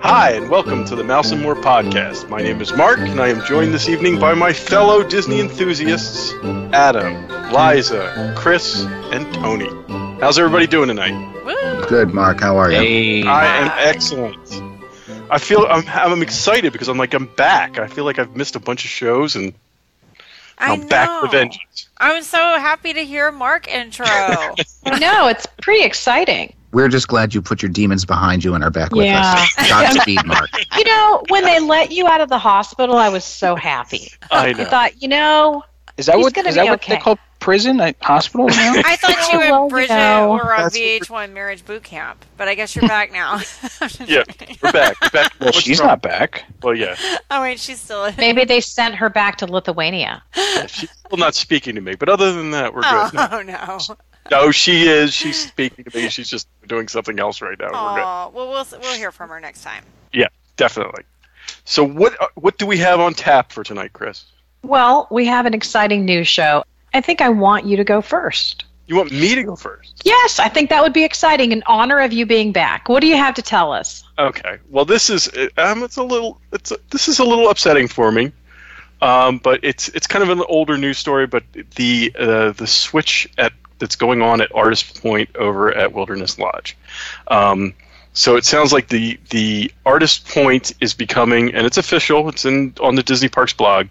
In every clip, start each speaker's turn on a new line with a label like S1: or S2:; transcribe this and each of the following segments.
S1: Hi, and welcome to the Mouse and More podcast. My name is Mark, and I am joined this evening by my fellow Disney enthusiasts, Adam, Liza, Chris, and Tony. How's everybody doing tonight?
S2: Woo!
S3: Good, Mark. How are you?
S1: I am excellent. I feel I'm, I'm excited because I'm like I'm back. I feel like I've missed a bunch of shows, and
S2: I
S1: I'm back
S2: know.
S1: with vengeance.
S2: I'm so happy to hear Mark intro.
S4: I know it's pretty exciting.
S3: We're just glad you put your demons behind you and are back with
S4: Yeah.
S3: us. Godspeed, Mark.
S4: You know, when they let you out of the hospital, I was so happy.
S1: I
S4: I
S1: know.
S4: thought, you know,
S5: Is that
S4: He's
S5: what
S4: gonna
S5: is that
S4: be
S5: what they
S4: okay.
S5: call prison? Like hospital now?
S2: I thought you
S4: Oh, well,
S2: and
S4: you
S2: Bridget
S4: know,
S2: were on
S3: that's what we're-
S2: VH1 Marriage Boot Camp, but I guess you're back now.
S1: Yeah, we're back. We're back.
S5: well, she's not back.
S1: Well, yeah,
S2: Oh wait, she's still in.
S4: maybe they sent her back to Lithuania.
S1: Yeah, she's still not speaking to me. But other than that, we're good.
S2: Oh no.
S1: No, she is. She's speaking to me. She's just doing something else right now. We're good.
S2: Oh well, we'll we'll hear from her next time.
S1: Definitely. So what uh, what do we have on tap for tonight, Chris?
S4: Well, we have an exciting news show. I think I want you to go first.
S1: You want me to go first?
S4: Yes, I think that would be exciting in honor of you being back. What do you have to tell us?
S1: Okay. Well, this is um, it's a little it's a, this is a little upsetting for me, um, but it's it's kind of an older news story. But the uh, the switch at that's going on at Artist Point over at Wilderness Lodge. Um, so it sounds like the the Artist Point is becoming, and it's official. It's in on the Disney Parks blog,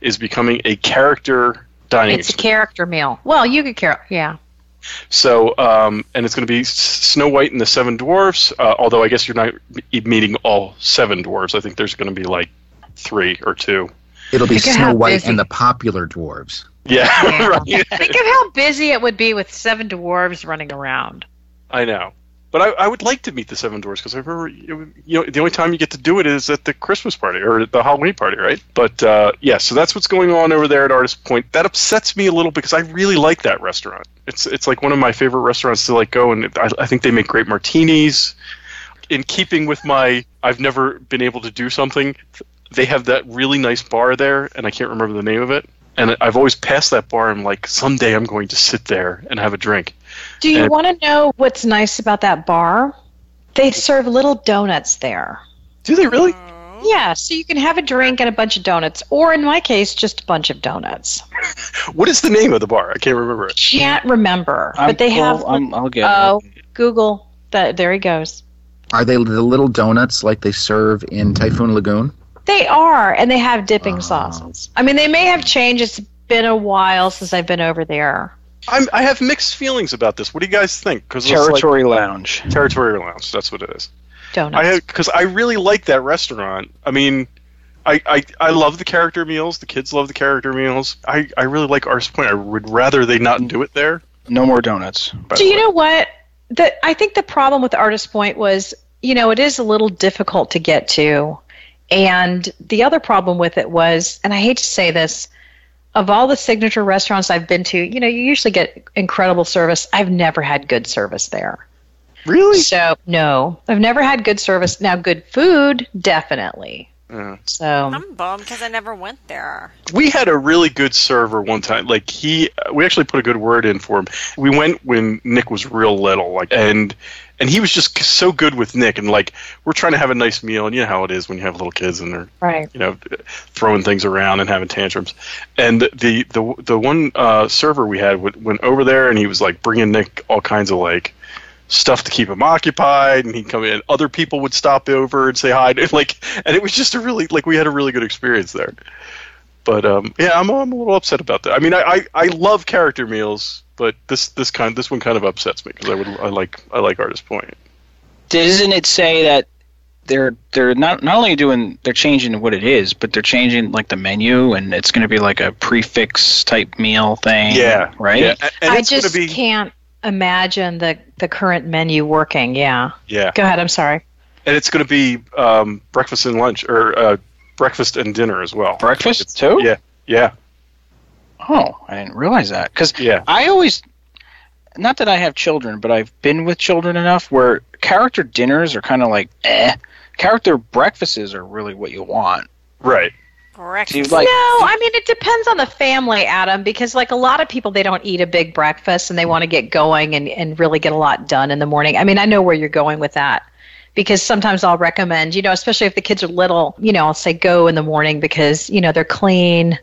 S1: is becoming a character dining.
S4: It's a
S1: experience.
S4: character meal. Well, you could care. Yeah.
S1: So, um, and it's going to be S- Snow White and the Seven Dwarfs. Uh, although I guess you're not e- meeting all seven dwarves. I think there's going to be like three or two.
S3: It'll be
S4: Think of
S3: Snow
S4: how
S3: White
S4: busy-
S3: and the popular dwarves.
S1: Yeah, right.
S4: Think of how busy it would be with seven dwarves running around.
S1: I know. But I, I would like to meet the Seven Dwarfs because I remember, you know, the only time you get to do it is at the Christmas party or the Halloween party, right? But uh, yeah, so that's what's going on over there at Artist Point. That upsets me a little because I really like that restaurant. It's it's like one of my favorite restaurants to like go, and I, I think they make great martinis. In keeping with my, I've never been able to do something. They have that really nice bar there, and I can't remember the name of it. And I've always passed that bar. and I'm like, someday I'm going to sit there and have a drink.
S4: Do you
S1: And-
S4: want to know what's nice about that bar? They serve little donuts there.
S1: Do they really?
S4: Yeah, so you can have a drink and a bunch of donuts, or in my case, just a bunch of donuts.
S1: What is the name of the bar? I can't remember it.
S4: Can't remember,
S5: I'm
S4: but they
S5: full.
S4: have.
S5: I'm, I'll get.
S4: oh, Google. That, there he goes.
S3: Are they the little donuts like they serve in Typhoon Lagoon?
S4: They are, and they have dipping
S5: Oh.
S4: sauces. I mean, they may have changed. It's been a while since I've been over there.
S1: I'm, I have mixed feelings about this. What do you guys think? Because
S5: Territory Lounge.
S1: like territorial lounge. That's what it is.
S4: Donuts.
S1: I because I really like that restaurant. I mean, I, I I love the character meals. The kids love the character meals. I I really like Arse Point. I would rather they not do it there.
S5: No more donuts.
S1: by
S4: Do
S1: the
S4: you
S1: way.
S4: know what? The, I think the problem with Artist Point was, you know, it is a little difficult to get to. And the other problem with it was, and I hate to say this, of all the signature restaurants I've been to, you know, you usually get incredible service. I've never had good service there.
S1: really?
S4: So, no, I've never had good service. Now, good food, definitely.
S1: Yeah.
S4: So,
S2: I'm bummed because I never went there.
S1: we had a really good server one time. Like he, we actually put a good word in for him. We went when Nick was real little, like and and he was just so good with Nick. And like we're trying to have a nice meal, and you know how it is when you have little kids and they're
S4: right.
S1: you know throwing things around and having tantrums. And the the the one uh, server we had went, went over there, and he was like bringing Nick all kinds of like stuff to keep him occupied and he'd come in other people would stop over and say hi and like and it was just a really like we had a really good experience there but um, yeah, I'm, I'm a little upset about that. I mean, I, I, I love character meals, but this this kind this one kind of upsets me because I would I like I like Artist Point.
S5: Doesn't it say that they're they're not not only doing they're changing what it is, but they're changing like the menu and it's going to be like a prefix type meal thing. Right.
S1: Yeah, and, and
S4: I
S1: it's gonna
S4: just
S1: be-
S4: can't imagine the, the current menu working. Yeah.
S1: yeah,
S4: Go ahead. I'm sorry.
S1: and it's going to be um, breakfast and lunch or uh, breakfast and dinner as well.
S5: Breakfast too.
S1: Yeah, yeah,
S5: Oh, I didn't realize that because
S1: yeah.
S5: I always, not that I have children, but I've been with children enough where character dinners are kind of like eh. Character breakfasts are really what you want.
S1: Right.
S2: Correct.
S5: Do you like?
S4: no, I mean it depends on the family, Adam, because like a lot of people they don't eat a big breakfast and they want to get going and, and really get a lot done in the morning. I mean, I know where you're going with that. because sometimes I'll recommend, you know, especially if the kids are little, you know, I'll say go in the morning because, you know, they're clean,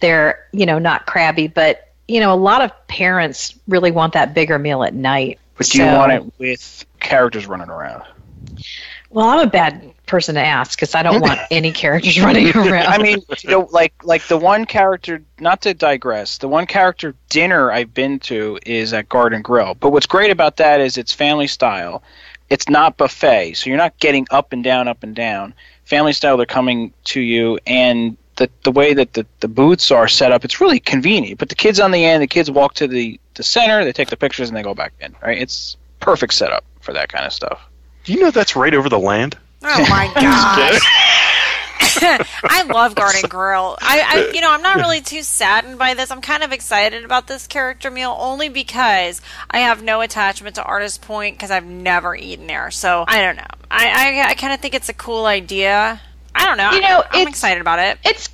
S4: they're, you know, not crabby. But, you know, a lot of parents really want that bigger meal at night.
S5: But do you
S4: So-
S5: want it with characters running around?
S4: Well, I'm a bad person to ask because I don't want any characters running around.
S5: I mean, you know, like like the one character. Not to digress, the one character dinner I've been to is at Garden Grill. But what's great about that is it's family style. It's not buffet, so you're not getting up and down, up and down. Family style, they're coming to you, and the the way that the the booths are set up, it's really convenient. You Put the kids on the end. The kids walk to the the center. They take the pictures and they go back in. Right? It's perfect setup for that kind of stuff.
S1: Do you know that's right over the land?
S2: Oh my gosh. I love Garden Grill. I, I, you know, I'm not really too saddened by this. I'm kind of excited about this character meal only because I have no attachment to Artist Point because I've never eaten there. So I don't know. I, I, I kind of think it's a cool idea. I don't know.
S4: You know,
S2: I'm
S4: it's-
S2: excited about it.
S4: it's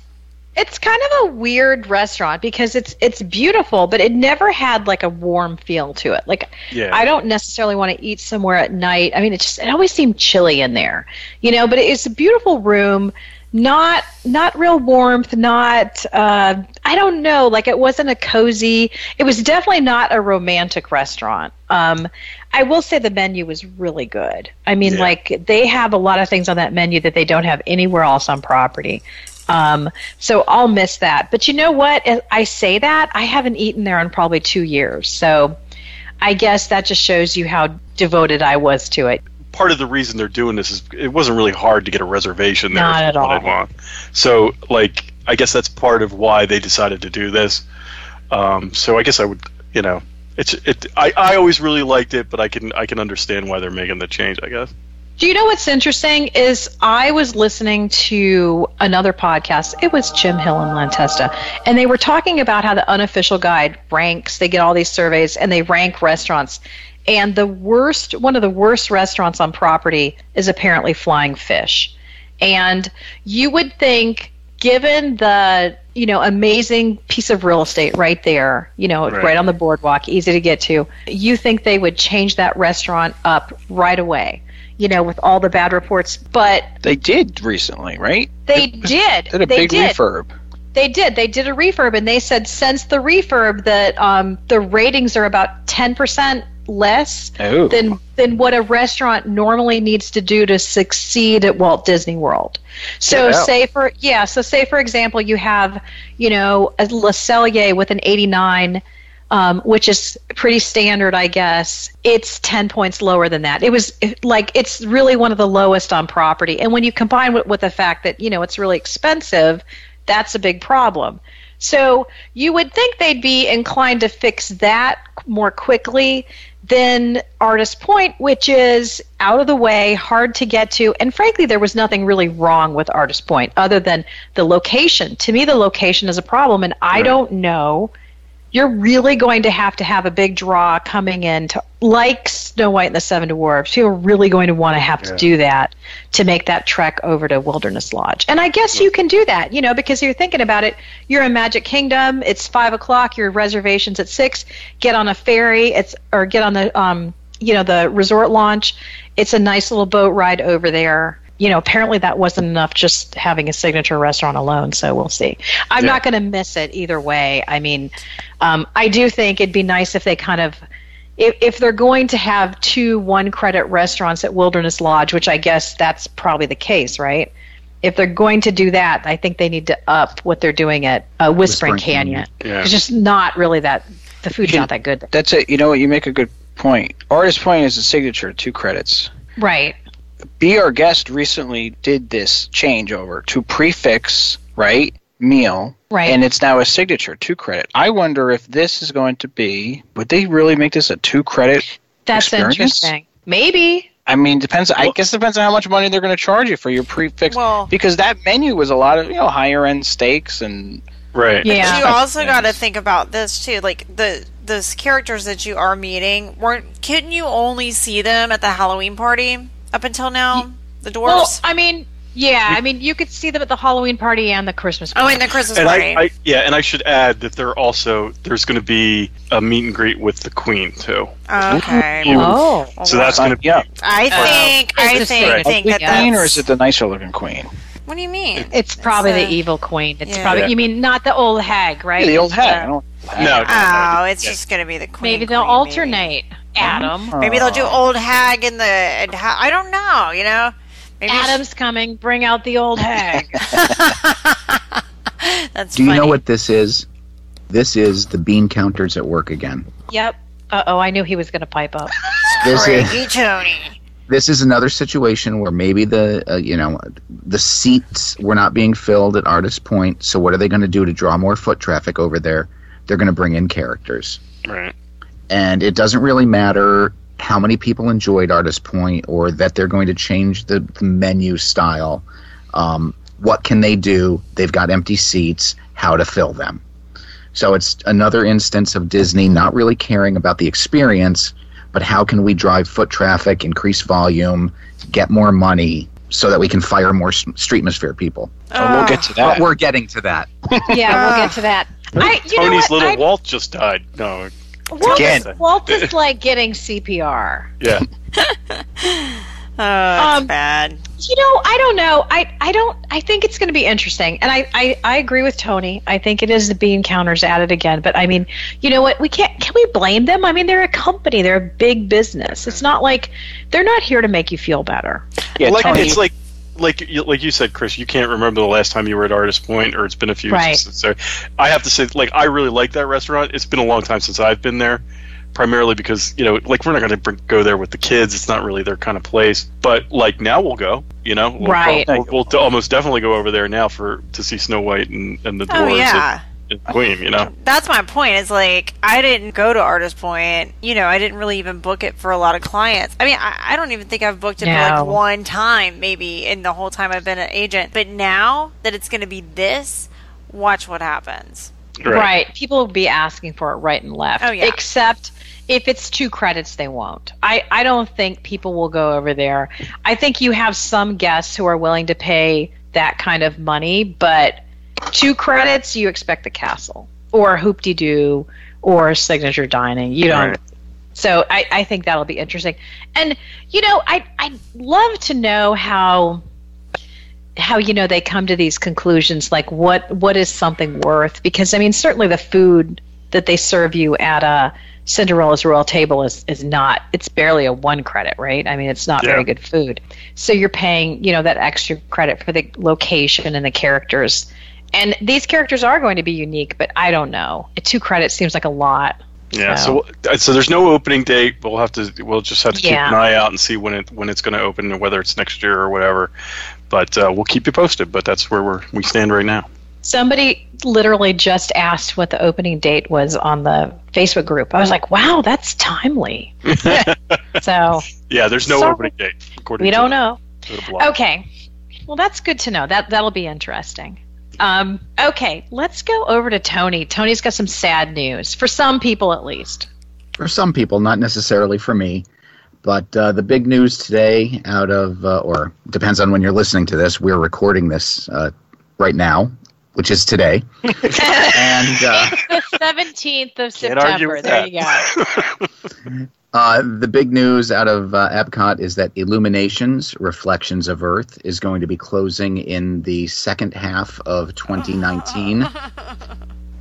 S4: it's kind of a weird restaurant because it's it's beautiful, but it never had like a warm feel to it. Like
S1: Yeah.
S4: I don't necessarily want to eat somewhere at night. I mean, it just it always seemed chilly in there, you know. But it's a beautiful room, not not real warmth, not uh, I don't know. Like it wasn't a cozy. It was definitely not a romantic restaurant. Um, I will say the menu was really good. I mean,
S1: Yeah.
S4: like they have a lot of things on that menu that they don't have anywhere else on property. Um, so I'll miss that. But you know what? As I say that I haven't eaten there in probably two years. So I guess that just shows you how devoted I was to it.
S1: part of the reason they're doing this is it wasn't really hard to get a reservation there.
S4: Not
S1: if
S4: at
S1: you
S4: all.
S1: wanted one. So, like, I guess that's part of why they decided to do this. Um, so, I guess I would, you know, it's it. I, I always really liked it, but I can I can understand why they're making the change. I guess.
S4: Do you know what's interesting is I was listening to another podcast. It was Jim Hill and Lantesta, and they were talking about how the unofficial guide ranks. They get all these surveys and they rank restaurants. And the worst, one of the worst restaurants on property is apparently Flying Fish. And you would think, given the you know amazing piece of real estate right there, you know,
S1: Right.
S4: right on the boardwalk, easy to get to, you think they would change that restaurant up right away? You know, with all the bad reports, but
S5: They did recently, right?
S4: they did.
S5: Did a
S4: they
S5: big
S4: did.
S5: refurb.
S4: They did. They did a refurb, and they said since the refurb that um, the ratings are about ten percent less
S5: Oh.
S4: than than what a restaurant normally needs to do to succeed at Walt Disney World. So
S5: Yeah.
S4: say for yeah, so say for example, you have you know a Le Cellier with an eighty nine. Um, which is pretty standard, I guess. It's ten points lower than that. It was it- like it's really one of the lowest on property, and when you combine it with the fact that you know it's really expensive, that's a big problem. So you would think they'd be inclined to fix that more quickly than Artist Point, which is out of the way, hard to get to, and frankly, there was nothing really wrong with Artist Point other than the location. To me, the location is a problem, and I don't know. You're really going to have to have a big draw coming in, to, like Snow White and the Seven Dwarfs. You're really going to want to have to do that to make that trek over to Wilderness Lodge. And I guess you can do that, you know, because you're thinking about it. You're in Magic Kingdom. It's five o'clock. Your reservations at six. Get on a ferry. It's or get on the um, you know, the resort launch. It's a nice little boat ride over there. You know, apparently that wasn't enough just having a signature restaurant alone. So we'll see. I'm not going to miss it either way. I mean, um, I do think it'd be nice if they kind of if, if they're going to have two one credit restaurants at Wilderness Lodge, which I guess that's probably the case, right? If they're going to do that, I think they need to up what they're doing at uh, Whispering,
S3: Whispering
S4: Canyon.
S3: Canyon.
S1: Yeah.
S4: It's just not really that the food's not that good.
S5: That's it. You know what? You make a good point. Artist Point is a signature, two credits.
S4: Right.
S5: Be Our Guest recently did this changeover to prefix, right, meal.
S4: Right.
S5: And it's now a signature, two credit. I wonder if this is going to be, would they really make this a two credit?
S4: That's
S5: Experience?
S4: interesting. Maybe.
S5: I mean, depends. I guess it depends on how much money they're going to charge you for your prefix.
S2: Well-
S5: because that menu was a lot of, you know, higher end steaks and.
S1: Right.
S4: Yeah.
S2: you also got to
S5: Yes.
S2: think about this too. Like the those characters that you are meeting weren't. Couldn't you only see them at the Halloween party up until now? The dwarves.
S4: Well, I mean, Yeah, I mean, you could see them at the Halloween party and the Christmas
S2: Oh,
S4: party.
S2: and the Christmas
S1: And
S2: party.
S1: I, I yeah, and I should add that there also there's going to be a meet and greet with the Queen too.
S2: okay.
S3: Mm.
S4: Oh.
S1: So that's going to be
S5: Yeah.
S2: I think. I
S4: It's
S2: think.
S4: right.
S2: think
S5: the
S2: that that's,
S5: queen, or is it the nicer looking queen?
S2: What do you mean?
S4: It's probably
S2: It's, uh,
S4: the evil queen. It's
S2: yeah.
S4: probably
S1: Yeah.
S4: you mean not the old hag, right?
S5: Yeah, the old hag. I don't-
S1: no, no,
S2: Oh, it's
S1: yeah.
S2: just going to be the queen.
S4: Maybe they'll
S2: queen,
S4: alternate. Adam.
S2: Maybe. Maybe they'll do old hag in the. and ha- I don't know. You know. Maybe
S4: Adam's coming. Bring out the old hag.
S2: That's
S3: Do you
S2: funny.
S3: know what this is? This is the bean counters at work again.
S4: yep. Uh oh, I knew he was going to pipe up.
S3: This is
S2: Crazy Tony.
S3: this is another situation where maybe the uh, you know the seats were not being filled at Artist Point. So what are they going to do to draw more foot traffic over there? They're going to bring in characters,
S1: right.
S3: and it doesn't really matter how many people enjoyed Artist Point or that they're going to change the, the menu style. Um, what can they do? They've got empty seats. How to fill them? So it's another instance of Disney not really caring about the experience, but how can we drive foot traffic, increase volume, get more money, so that we can fire more s- streetmosphere people?
S5: Oh, we'll get to that.
S3: But
S2: uh,
S3: we're getting to that.
S4: Yeah, we'll get to that. I, you know
S1: Tony's
S4: what?
S1: little
S4: I-
S1: Walt just died. No,
S4: Walt,
S5: Again.
S4: is, Walt is like getting CPR.
S1: yeah,
S2: Oh, that's
S4: Um,
S2: bad.
S4: You know, I don't know. I, I don't. I think it's going to be interesting, and I, I, I agree with Tony. I think it is the bean counters at it again. But I mean, you know what? We can't. Can we blame them? I mean, they're a company. They're a big business. It's not like they're not here to make you feel better.
S5: Yeah,
S1: like
S5: Tony,
S1: it's like like you- like you said, Chris. You can't remember the last time you were at Artist Point, or it's been a few
S4: Right.
S1: years. So I have to say, like, I really like that restaurant. It's been a long time since I've been there, primarily because you know, like, we're not going to go there with the kids. It's not really their kind of place. But like now, we'll go. You know, we'll,
S4: Right.
S1: We'll, we'll d- almost definitely go over there now for to see Snow White and, and the
S2: Oh
S1: dwarves
S2: yeah.
S1: and, and Queen. You know,
S2: that's my point. It's like I didn't go to Artist Point. You know, I didn't really even book it for a lot of clients. I mean, I, I don't even think I've booked it for
S4: No.
S2: like one time, maybe in the whole time I've been an agent. But now that it's going to be this, watch what happens.
S1: right?
S4: People will be asking for it right and left.
S2: Oh, yeah.
S4: Except if it's two credits, they won't. I, I don't think people will go over there. I think you have some guests who are willing to pay that kind of money, but two credits, you expect the castle or hoop de doo or signature dining. You don't.
S1: Right.
S4: So I, I think that'll be interesting. And you know, I I'd love to know how how you know they come to these conclusions like what what is something worth because i mean certainly the food that they serve you at a cinderella's royal table is is not it's barely a one credit right i mean it's not
S1: Yeah.
S4: very good food so you're paying you know that extra credit for the location and the characters and these characters are going to be unique but i don't know two credits seems like a lot
S1: Yeah.
S4: So-
S1: So so there's no opening date. We'll have to we'll just have to keep
S4: Yeah.
S1: an eye out and see when it when it's going to open and whether it's next year or whatever. But uh, we'll keep you posted. But that's where we're we stand right now.
S4: Somebody literally just asked what the opening date was on the Facebook group. I was like, wow, that's timely. so
S1: Yeah. There's no
S4: So,
S1: opening date. According
S4: we
S1: to
S4: don't
S1: the-
S4: know.
S1: to the blog.
S4: Okay. Well, that's good to know. That that'll be interesting. Um, okay, let's go over to Tony. Tony's got some sad news for some people, at least.
S3: for some people, not necessarily for me. But uh, the big news today, out of uh, or depends on when you're listening to this. We're recording this uh, right now, which is today, and uh,
S4: The seventeenth of
S1: Can't argue
S4: September.
S1: with
S4: There you go.
S3: uh, the big news out of uh, Epcot is that Illuminations: Reflections of Earth is going to be closing in the second half of 2019.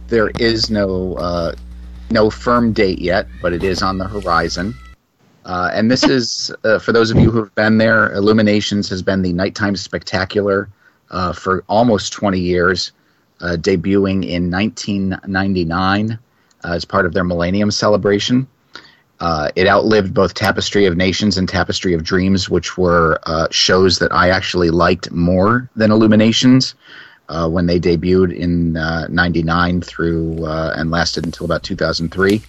S3: there is no uh, no firm date yet, but it is on the horizon. Uh, and this is uh, for those of you who have been there. Illuminations has been the nighttime spectacular uh, for almost 20 years, uh, debuting in 1999 uh, as part of their Millennium Celebration. Uh, it outlived both Tapestry of Nations and Tapestry of Dreams, which were uh, shows that I actually liked more than Illuminations uh, when they debuted in uh, 99 through uh, and lasted until about 2003.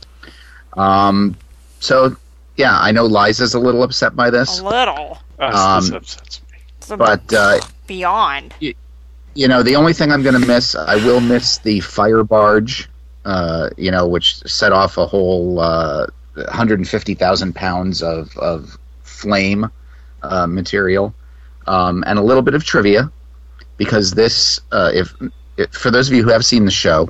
S3: Um, so, yeah, I know Liza's a little upset by this,
S2: A little,
S1: Ah, so
S3: Um,
S1: this upsets me.
S2: So
S3: but uh,
S2: beyond.
S3: you know, the only thing I'm going to miss, I will miss the fire barge, uh, you know, which set off a whole uh, 150,000 pounds of, of flame uh, material. um, and a little bit of trivia because this, uh, if, if for those of you who have seen the show,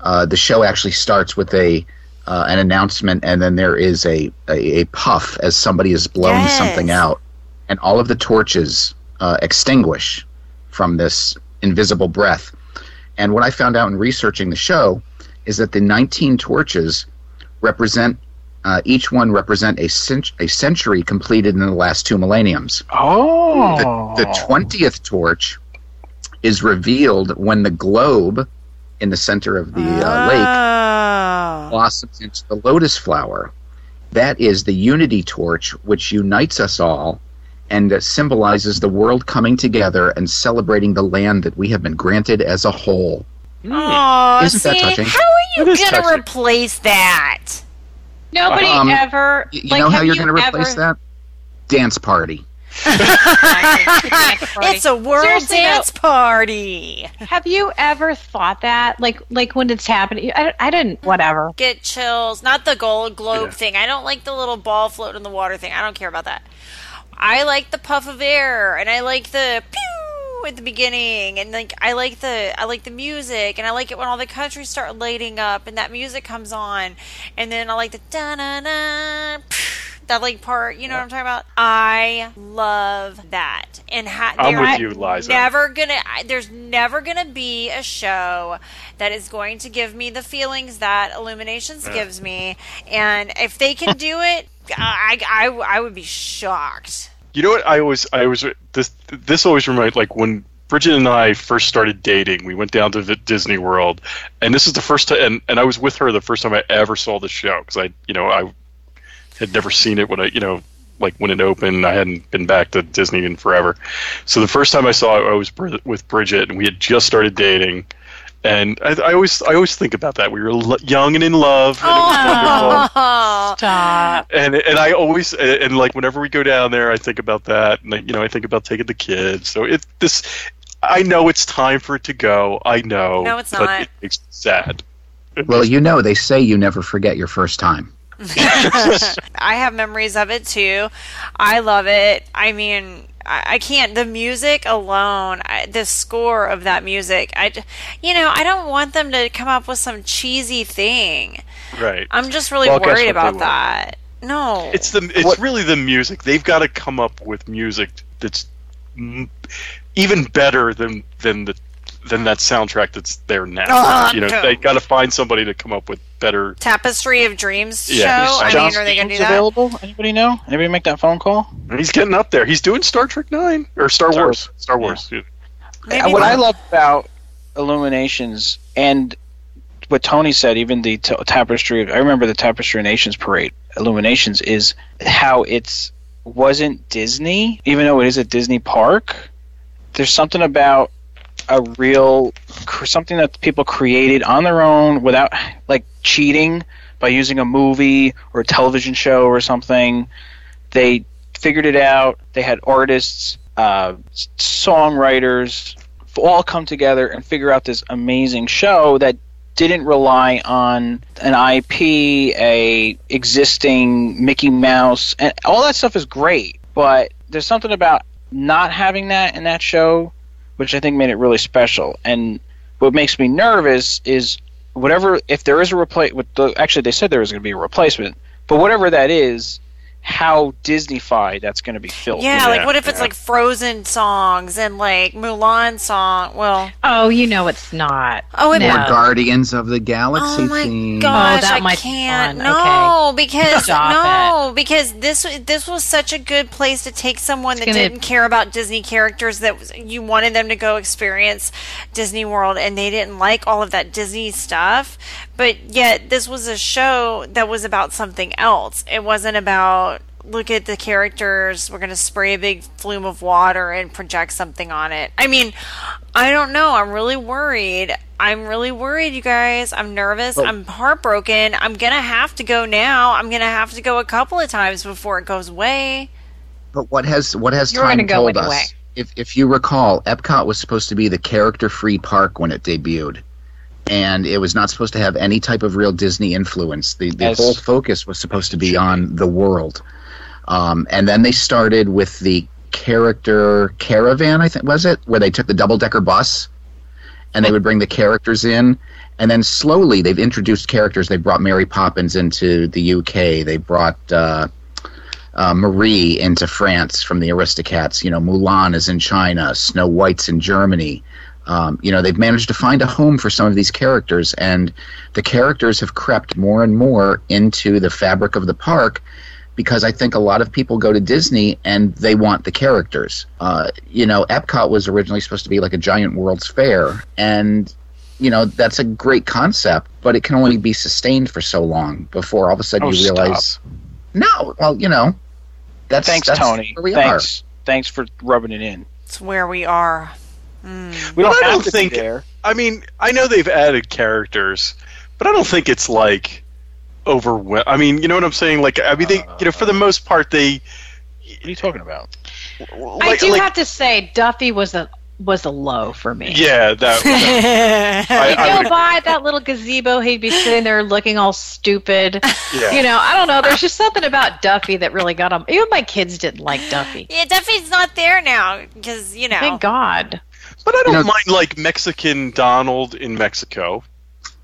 S3: uh, the show actually starts with a uh, an announcement, and then there is a, a, a puff as somebody is blowing
S2: Yes.
S3: something out, and all of the torches uh, extinguish from this invisible breath. And what I found out in researching the show is that the 19 torches represent uh, each one represent a, cent- a century completed in the last two millenniums.
S5: Oh.
S3: The twentieth torch is revealed when the globe in the center of the
S4: Ah.
S3: uh, lake
S2: Oh.
S3: blossoms into the lotus flower. That is the unity torch, which unites us all and uh, symbolizes the world coming together and celebrating the land that we have been granted as a whole.
S2: Aw,
S3: Isn't that
S2: see,
S3: touching?
S2: How are you
S1: Mm. It is
S2: going to
S1: touching.
S2: replace that?
S4: Nobody
S3: Um,
S4: ever.
S3: Y- You
S4: like,
S3: know how
S4: have
S3: you're
S4: you
S3: going to replace
S4: ever-
S3: that? Dance party.
S2: It's a world
S4: Seriously,
S2: dance party.
S4: Have you ever thought that? Like, like when it's happening? I, I didn't. Whatever.
S2: Get chills. Not the gold globe
S1: Yeah.
S2: thing. I don't like the little ball floating in the water thing. I don't care about that. I like the puff of air, and I like the pew at the beginning, and like I like the I like the music, and I like it when all the countries start lighting up, and that music comes on, and then I like the da na na. That like part, you know what I'm talking about. I love that, and ha-
S1: I'm
S2: there-
S1: with you, Liza.
S2: Never gonna. I- There's never gonna be a show that is going to give me the feelings that Illuminations gives me, and if they can do it, I, I, I would be shocked.
S1: You know what? I always, I always this this always reminds like when Bridget and I first started dating. We went down to Vi- Disney World, and this is the first time. And, and I was with her the first time I ever saw the show because I, you know, I had never seen it when I, you know, like when it opened. I hadn't been back to Disney in forever. So the first time I saw it, I was Bri- with Bridget, and we had just started dating. And I, I always, I always think about that. We were lo- young and in love. And it was wonderful
S2: Oh,
S4: Stop.
S1: and and I always and, and, like whenever we go down there, I think about that, and like, you know, I think about taking the kids. So it this, I know it's time for it to go. I know.
S2: No, it's
S1: but
S2: not.
S1: It makes me sad.
S3: Well, you know, they say you never forget your first time.
S2: I have memories of it too. I love it. I mean, I, I can't. The music alone, I, the score of that music. I, j- you know, I don't want them to come up with some cheesy thing.
S1: right.
S2: I'm just really
S5: Well, guess
S2: worried about
S5: what they will.
S2: that. No,
S1: It's the it's
S5: What-
S1: really the music. They've got to come up with music that's m- even better than than the than that soundtrack that's there now.
S2: Oh,
S1: you know,
S2: no.
S1: they got to find somebody to come up with better.
S2: Tapestry of Dreams
S1: Yeah.
S2: show.
S1: Is
S2: Oh, I
S5: John
S2: mean, are they going to
S5: Stevens
S2: do that?
S5: available? Anybody know? Anybody make that phone call?
S1: He's getting up there. He's doing Star Trek Nine or Star,
S5: Star-
S1: Wars. Star Wars.
S2: Maybe
S5: what
S2: not.
S5: I love about Illuminations and what Tony said, even the t- tapestry. I remember the Tapestry of Nations parade. Illuminations is how it's wasn't Disney, even though it is a Disney park. There's something about a real cr- something that people created on their own without like cheating by using a movie or a television show or something. They figured it out. They had artists, uh, s- songwriters, f- all come together and figure out this amazing show that didn't rely on an IP, a existing Mickey Mouse, and all that stuff is great. But there's something about not having that in that show, which I think made it really special. And what makes me nervous is whatever if there is a replace. Actually, they said there was going to be a replacement, but whatever that is, how Disney-fied that's going to be filled.
S2: Yeah,
S1: Yeah,
S2: like what if it's
S1: yeah.
S2: like Frozen songs and like Mulan song? Well,
S4: Oh, you know it's not.
S2: oh, it
S4: No.
S3: Or Guardians of the Galaxy
S2: Oh my
S3: theme.
S2: gosh,
S4: that
S2: I
S4: might be
S2: can't.
S4: fun.
S2: No, because
S4: Stop
S2: no, because this this was such a good place to take someone that
S4: gonna-
S2: didn't care about Disney characters that was- you wanted them to go experience Disney World and they didn't like all of that Disney stuff, but yet this was a show that was about something else. It wasn't about look at the characters we're going to spray a big flume of water and project something on it i mean i don't know i'm really worried i'm really worried you guys i'm nervous i'm heartbroken i'm gonna have to go now i'm gonna have to go a couple of times before it goes away
S3: But what has what has
S4: You're
S3: time
S4: gonna go
S3: told
S4: anyway.
S3: us? If if you recall, Epcot was supposed to be the character-free park when it debuted, and it was not supposed to have any type of real Disney influence. The the
S5: Yes.
S3: whole focus was supposed to be on the world, um, and then they started with the character caravan, I think was it, where they took the double decker bus and they would bring the characters in. And then slowly they've introduced characters. They brought Mary Poppins into the UK. They brought uh, uh, Marie into France from the Aristocats. You know, Mulan is in China. Snow White's in Germany. Um, you know, they've managed to find a home for some of these characters, and the characters have crept more and more into the fabric of the park because I think a lot of people go to Disney and they want the characters. Uh, you know, Epcot was originally supposed to be like a giant World's Fair, and you know that's a great concept, but it can only be sustained for so long before all of a sudden
S5: Oh,
S3: you realize,
S5: stop.
S3: no, well, you know, that's
S5: Thanks,
S3: that's
S5: Tony.
S3: Where we
S5: Thanks. Thanks for rubbing it in.
S2: It's where we are.
S4: Mm.
S5: We don't
S1: But I
S5: have
S1: don't
S5: to
S1: think-
S5: be there.
S1: I mean, I know they've added characters, but I don't think it's like overwhelming. I mean, you know what I'm saying? Like, I mean, they, you know, for the most part, they.
S5: What are you talking about?
S1: Like,
S4: I do
S1: like-
S4: have to say, Duffy was a was a low for me.
S1: Yeah, that. I,
S4: You
S1: I
S4: go
S1: would,
S4: by that little gazebo, he'd be sitting there looking all stupid.
S1: Yeah.
S4: You know, I don't know. There's just something about Duffy that really got him. Even my kids didn't like Duffy.
S2: yeah, Duffy's not there now because you know.
S4: Thank God.
S1: but I don't
S3: You know-
S1: mind like Mexican Donald in Mexico.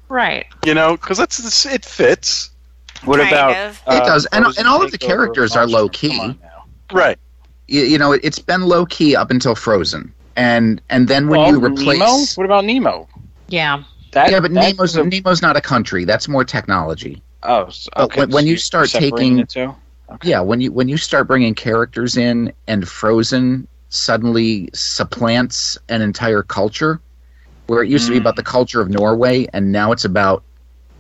S4: Right.
S1: You know, because that's it's- it fits.
S5: What
S2: Kind
S5: about uh,
S2: of.
S3: It does, and-
S5: Frozen
S3: and all of the
S5: Takeover
S3: characters are
S5: Monster?
S3: low-key.
S5: Come on now.
S1: Right.
S3: you, you know, it, it's been low key up until Frozen, and and then when
S5: Well,
S3: you replace
S5: Nemo? What about Nemo?
S4: Yeah.
S5: That,
S3: yeah, but
S5: that
S3: Nemo's
S5: was a-
S3: Nemo's not a country. That's more technology.
S5: oh, s-
S3: but
S5: okay,
S3: when- when
S5: so
S3: you
S5: you're
S3: start
S5: separating
S3: taking-
S5: the two?
S3: Yeah, when you when you start bringing characters in and Frozen suddenly supplants an entire culture, where it used to be
S5: Mm.
S3: about the culture of Norway, and now it's about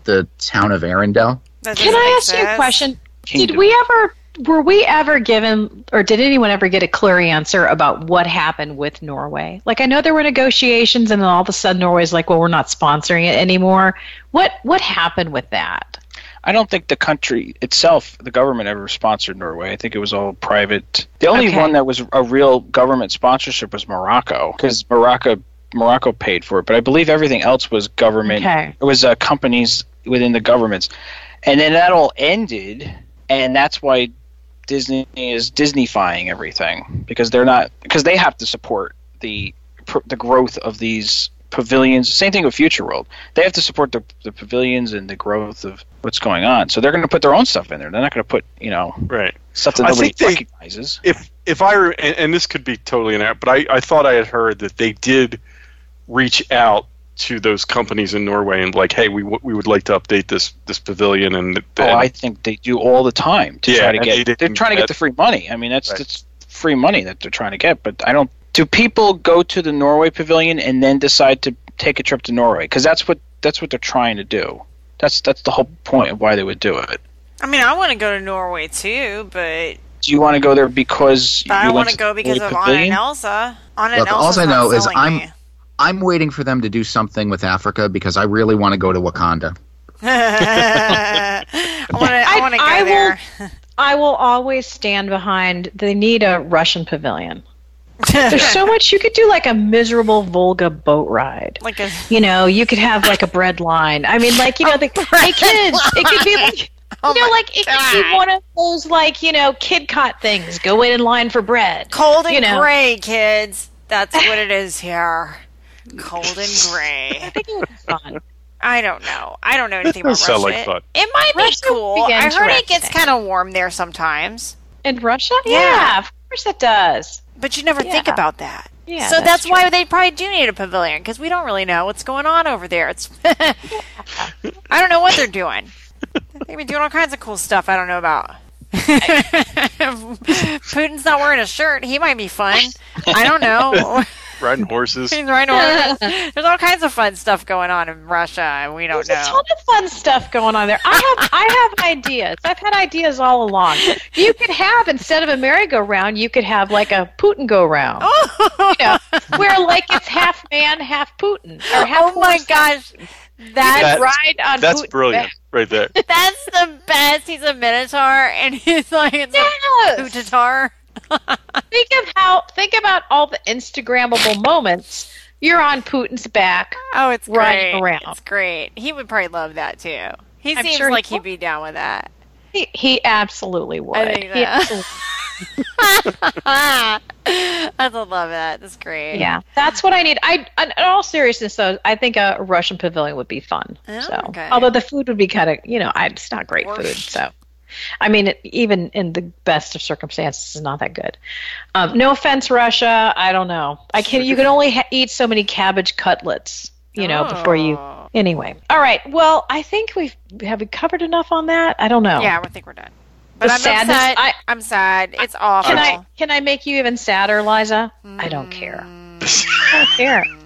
S3: the town of Arendelle.
S2: That
S4: Can
S2: doesn't
S4: I ask you a
S2: exist.
S4: question? Did
S5: Kingdom.
S4: we ever were we ever given or did anyone ever get a clear answer about what happened with Norway? Like I know there were negotiations and then all of a sudden Norway's like, well, we're not sponsoring it anymore. What what happened with that?
S5: I don't think the country itself, the government, ever sponsored Norway. I think it was all private. The only
S4: Okay.
S5: one that was a real government sponsorship was Morocco, because Morocco Morocco paid for it. But I believe everything else was government.
S4: Okay.
S5: It was uh, companies within the governments, and then that all ended, and that's why Disney is Disneyfying everything because they're not because they have to support the pr- the growth of these pavilions. Same thing with Future World. They have to support the, the pavilions and the growth of what's going on. So they're going to put their own stuff in there. They're not going to put you know
S1: Right.
S5: stuff that
S1: I
S5: nobody
S1: think they-
S5: recognizes.
S1: if if I re- and, and this could be totally an app, but I, I thought I had heard that they did reach out to those companies in Norway and like, hey, we w- we would like to update this this pavilion and, and
S5: Oh, I think they do all the time to
S1: Yeah,
S5: try to
S1: and they
S5: get.
S1: didn't
S5: They are trying to
S1: get-
S5: get the free money. I mean, that's
S1: Right.
S5: that's free money that they're trying to get. But I don't. Do people go to the Norway pavilion and then decide to take a trip to Norway? Because that's what that's what they're trying to do. That's that's the whole point of why they would do it.
S2: I mean, I want to go to Norway too, but
S5: Do you want to go there because
S2: but I
S5: you
S2: want
S5: went
S2: to go because
S5: the
S2: of Anna
S5: pavilion?
S2: and Elsa. Anna and
S3: Look, all
S2: Elsa's
S3: I
S2: not
S3: know is
S2: selling
S3: I'm-
S2: me.
S3: I'm waiting for them to do something with Africa because I really want to go to Wakanda.
S2: I want to. I,
S4: I-
S2: want to go
S4: I will-
S2: there.
S4: I will always stand behind they need a Russian pavilion. There's so much you could do like a miserable Volga boat ride.
S2: like a
S4: You know, you could have like a bread line. I mean, like you know, the, hey kids, it could be like
S2: Oh
S4: you know,
S2: my
S4: like it could
S2: God.
S4: be one of those like you know, kid cot things. Go wait in line for bread.
S2: cold and
S4: you know.
S2: gray, kids. That's what it is here. Cold and gray.
S4: I think it would be fun.
S2: I don't know. I don't know anything about
S1: does sound
S2: Russia.
S1: like fun.
S2: It might be
S4: Russia would
S2: cool.
S4: be
S2: I heard it gets
S4: interesting.
S2: kind of warm there sometimes,
S4: In Russia?
S2: Yeah.
S4: Yeah. of course it does.
S2: but you never think
S4: Yeah.
S2: about that.
S4: Yeah,
S2: so that's,
S4: that's
S2: why they probably do need a pavilion because we don't really know what's going on over there. It's I don't know what they're doing. They've been doing all kinds of cool stuff I don't know about. Putin's not wearing a shirt. He might be fun. I don't know.
S1: riding horses.
S2: He's right over. There's all kinds of fun stuff going on in Russia, and we don't
S4: There's a
S2: know.
S4: ton of fun stuff going on there. I have I have ideas. I've had ideas all along. You could have instead of a merry-go-round, you could have like a Putin go-round.
S2: Oh,
S4: You know, where like it's half man, half Putin, or half
S2: Oh my
S4: horse.
S2: gosh, that
S1: That's-
S4: ride on
S1: That's
S4: Putin's
S1: brilliant,
S4: back.
S1: right there.
S2: that's the best. He's a minotaur, and he's like it's a
S4: Yes.
S2: putatar.
S4: Think of how think about all the Instagrammable moments. You're on Putin's back.
S2: Oh, it's great.
S4: Riding around.
S2: It's great. He would probably love that too. He
S4: I'm
S2: seems
S4: sure he
S2: like he'd
S4: would.
S2: be down with that.
S4: He, he absolutely would.
S2: I think
S4: He
S2: that-
S4: absolutely-
S2: I love that. That's great.
S4: Yeah, that's what I need. I, in all seriousness, though, I think a Russian pavilion would be fun.
S2: Oh,
S4: so,
S2: okay.
S4: although the food would be kind of, you know, I, it's not great
S2: Worst.
S4: food. So, I mean, it, even in the best of circumstances, it's not that good. Um, no offense, Russia. I don't know. I can. You can only ha- eat so many cabbage cutlets, you know, before you.
S2: Oh.
S4: Anyway, all right. Well, I think we've have we covered enough on that. I don't know.
S2: Yeah, I think we're done. But I'm
S4: sadness-
S2: upset.
S4: I-
S2: I'm sad. It's awful. Mm.
S4: Can I can I make you even sadder, Liza? I don't care. I don't care.
S5: Hmm.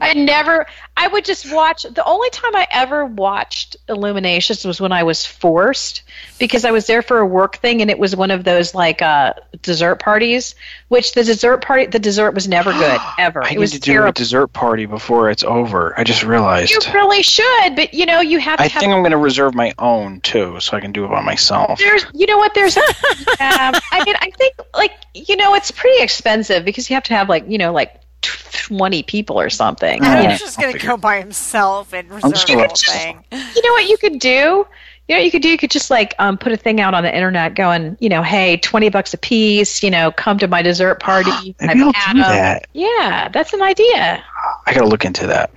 S4: I never. I would just watch. The only time I ever watched Illuminations was when I was forced because I was there for a work thing, and it was one of those like uh, dessert parties. Which the dessert party, the dessert was never good ever.
S5: I
S4: it
S5: need
S4: was
S5: to do a
S4: terrible.
S5: dessert party before it's over. I just
S4: You
S5: realized.
S4: really should, but you know you have to
S5: I
S4: have.
S5: think I'm going to reserve my own too, so I can do it by myself.
S4: there's, you know what? There's, um, I mean, I think like you know, it's pretty expensive because you have to have like you know like twenty people or something.
S5: Oh,
S2: I
S4: you know?
S2: was just gonna go by himself and reserve
S5: just
S2: the
S5: gonna-
S2: whole thing.
S4: you know what you could do? You know what you could do? You could just like um, put a thing out on the internet going, you know, hey, twenty bucks a piece. You know, come to my dessert party.
S5: Maybe I'll do that.
S4: Yeah, that's an idea.
S5: I got to look into that.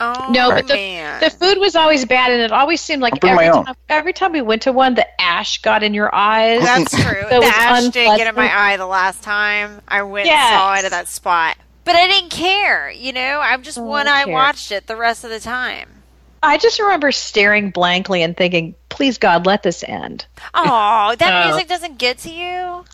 S2: Oh
S4: No, but the-
S2: man.
S4: The food was always bad, and it always seemed like
S5: I'll bring
S4: every
S5: my own.
S4: time, every time we went to one, the ash got in your eyes.
S2: That's true.
S4: That
S2: the
S4: was
S2: ash did get in my
S4: unpleasant.
S2: eye the last time I went and
S4: Yes.
S2: saw it at that spot. But I didn't care, you know? I'm just one eye
S4: care.
S2: watched it the rest of the time.
S4: I just remember staring blankly and thinking, please God, let this end.
S2: Oh, that
S4: Oh.
S2: music doesn't get to you?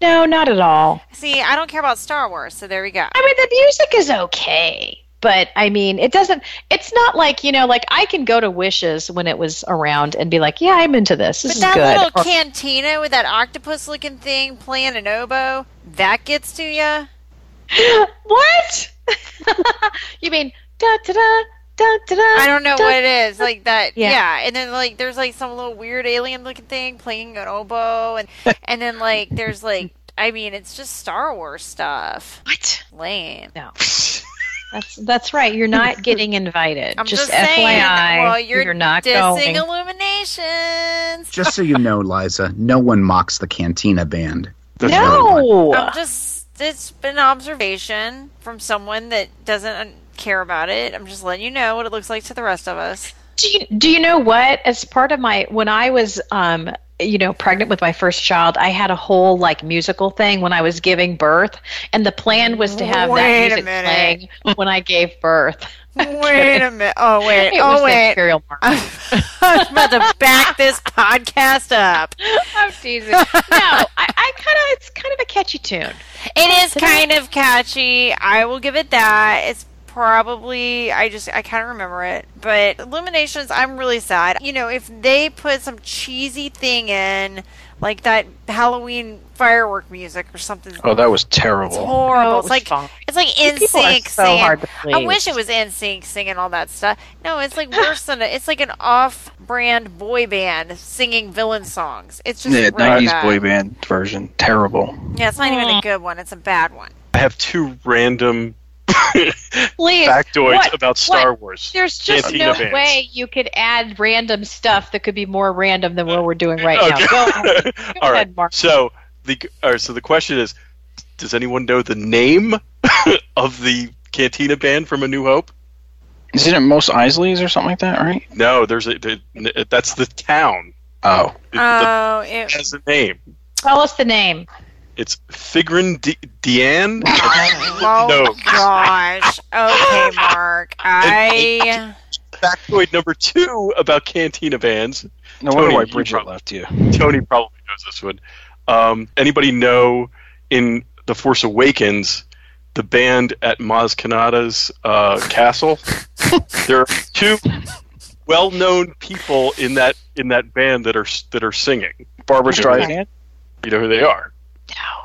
S4: No, not at all.
S2: See, I don't care about Star Wars, so there we go.
S4: I mean, the music is okay, but I mean, it doesn't. It's not like you know, like I can go to Wishes when it was around and be like, yeah, I'm into this. This
S2: But
S4: is
S2: that
S4: good.
S2: little
S4: Or-
S2: cantina with that octopus looking thing playing an oboe, that gets to you?
S4: what? you mean da da da da da da?
S2: I don't know what it is. Like that yeah.
S4: Yeah.
S2: And then like there's like some little weird alien looking thing playing an oboe and and then like there's like I mean it's just Star Wars stuff.
S4: What?
S2: Lame.
S4: No. That's that's right. You're not getting invited.
S2: I'm just,
S4: FYI,
S2: saying well you're,
S4: not
S2: dissing
S4: going.
S2: illuminations.
S3: Just so you know, Liza, no one mocks the Cantina Band.
S1: That's really fun.
S4: no.
S2: I'm just it's been an observation from someone that doesn't care about it. I'm just letting you know what it looks like to the rest of us.
S4: Do you, do you know what? As part of my when I was um you know pregnant with my first child, I had a whole like musical thing when I was giving birth, and the plan was to have
S2: Wait a
S4: that music
S2: minute.
S4: playing when I gave birth.
S2: Wait a minute. Oh wait.
S4: It was
S2: oh
S4: the
S2: wait.
S4: Imperial March.
S2: I was about to back this podcast up.
S4: I'm teasing. No, I, I kind of it's kind of a catchy tune.
S2: It is kind of catchy. I will give it that. It's probably I just I kind of remember it. But Illuminations, I'm really sad. You know, if they put some cheesy thing in like that Halloween firework music or something.
S5: Oh, that was
S2: it's
S5: terrible.
S2: horrible.
S4: Oh, it
S2: it's
S4: was
S2: like
S4: fine.
S2: it's like
S4: You people are
S2: NSYNC
S4: so
S2: singing.
S4: hard to
S2: I wish
S4: please.
S2: it was NSYNC singing all that stuff. No, it's like worse than a, it's like an off-brand boy band singing villain songs. It's just
S5: Yeah,
S2: really
S5: 90s
S2: bad.
S5: boy band version. Terrible.
S2: Yeah, it's not even a good one. It's a bad one.
S1: I have two random
S4: Please,
S1: factoids
S4: what-
S1: about Star
S4: what?
S1: Wars.
S4: There's just
S1: Cantina
S4: no
S1: bands.
S4: way you could add random stuff that could be more random than what we're doing right now.
S1: Okay.
S4: Go ahead. Go
S1: All right.
S4: ahead, Mark.
S1: So the all right, so the question is, does anyone know the name of the Cantina band from A New Hope?
S5: Isn't it most Isleys or something like that, right?
S1: No, there's a there- that's the town.
S5: Oh.
S1: It,
S4: Uh.
S2: Oh,
S1: the,
S2: it,
S1: has a name.
S4: Tell us the name.
S1: It's Figrin D- Deanne.
S2: oh
S1: No.
S2: gosh. Okay, Mark. I
S1: Factoid number two about Cantina bands.
S5: No
S1: Tony,
S5: wonder why
S1: you
S5: Bridget
S1: probably-
S5: left you.
S1: Tony probably knows this one. Um, anybody know in The Force Awakens the band at Maz Kanata's uh, castle? there are two well-known people in that in that band that are that are singing.
S5: Barbara
S1: You know who they-
S5: Streisand?
S1: You know who they are?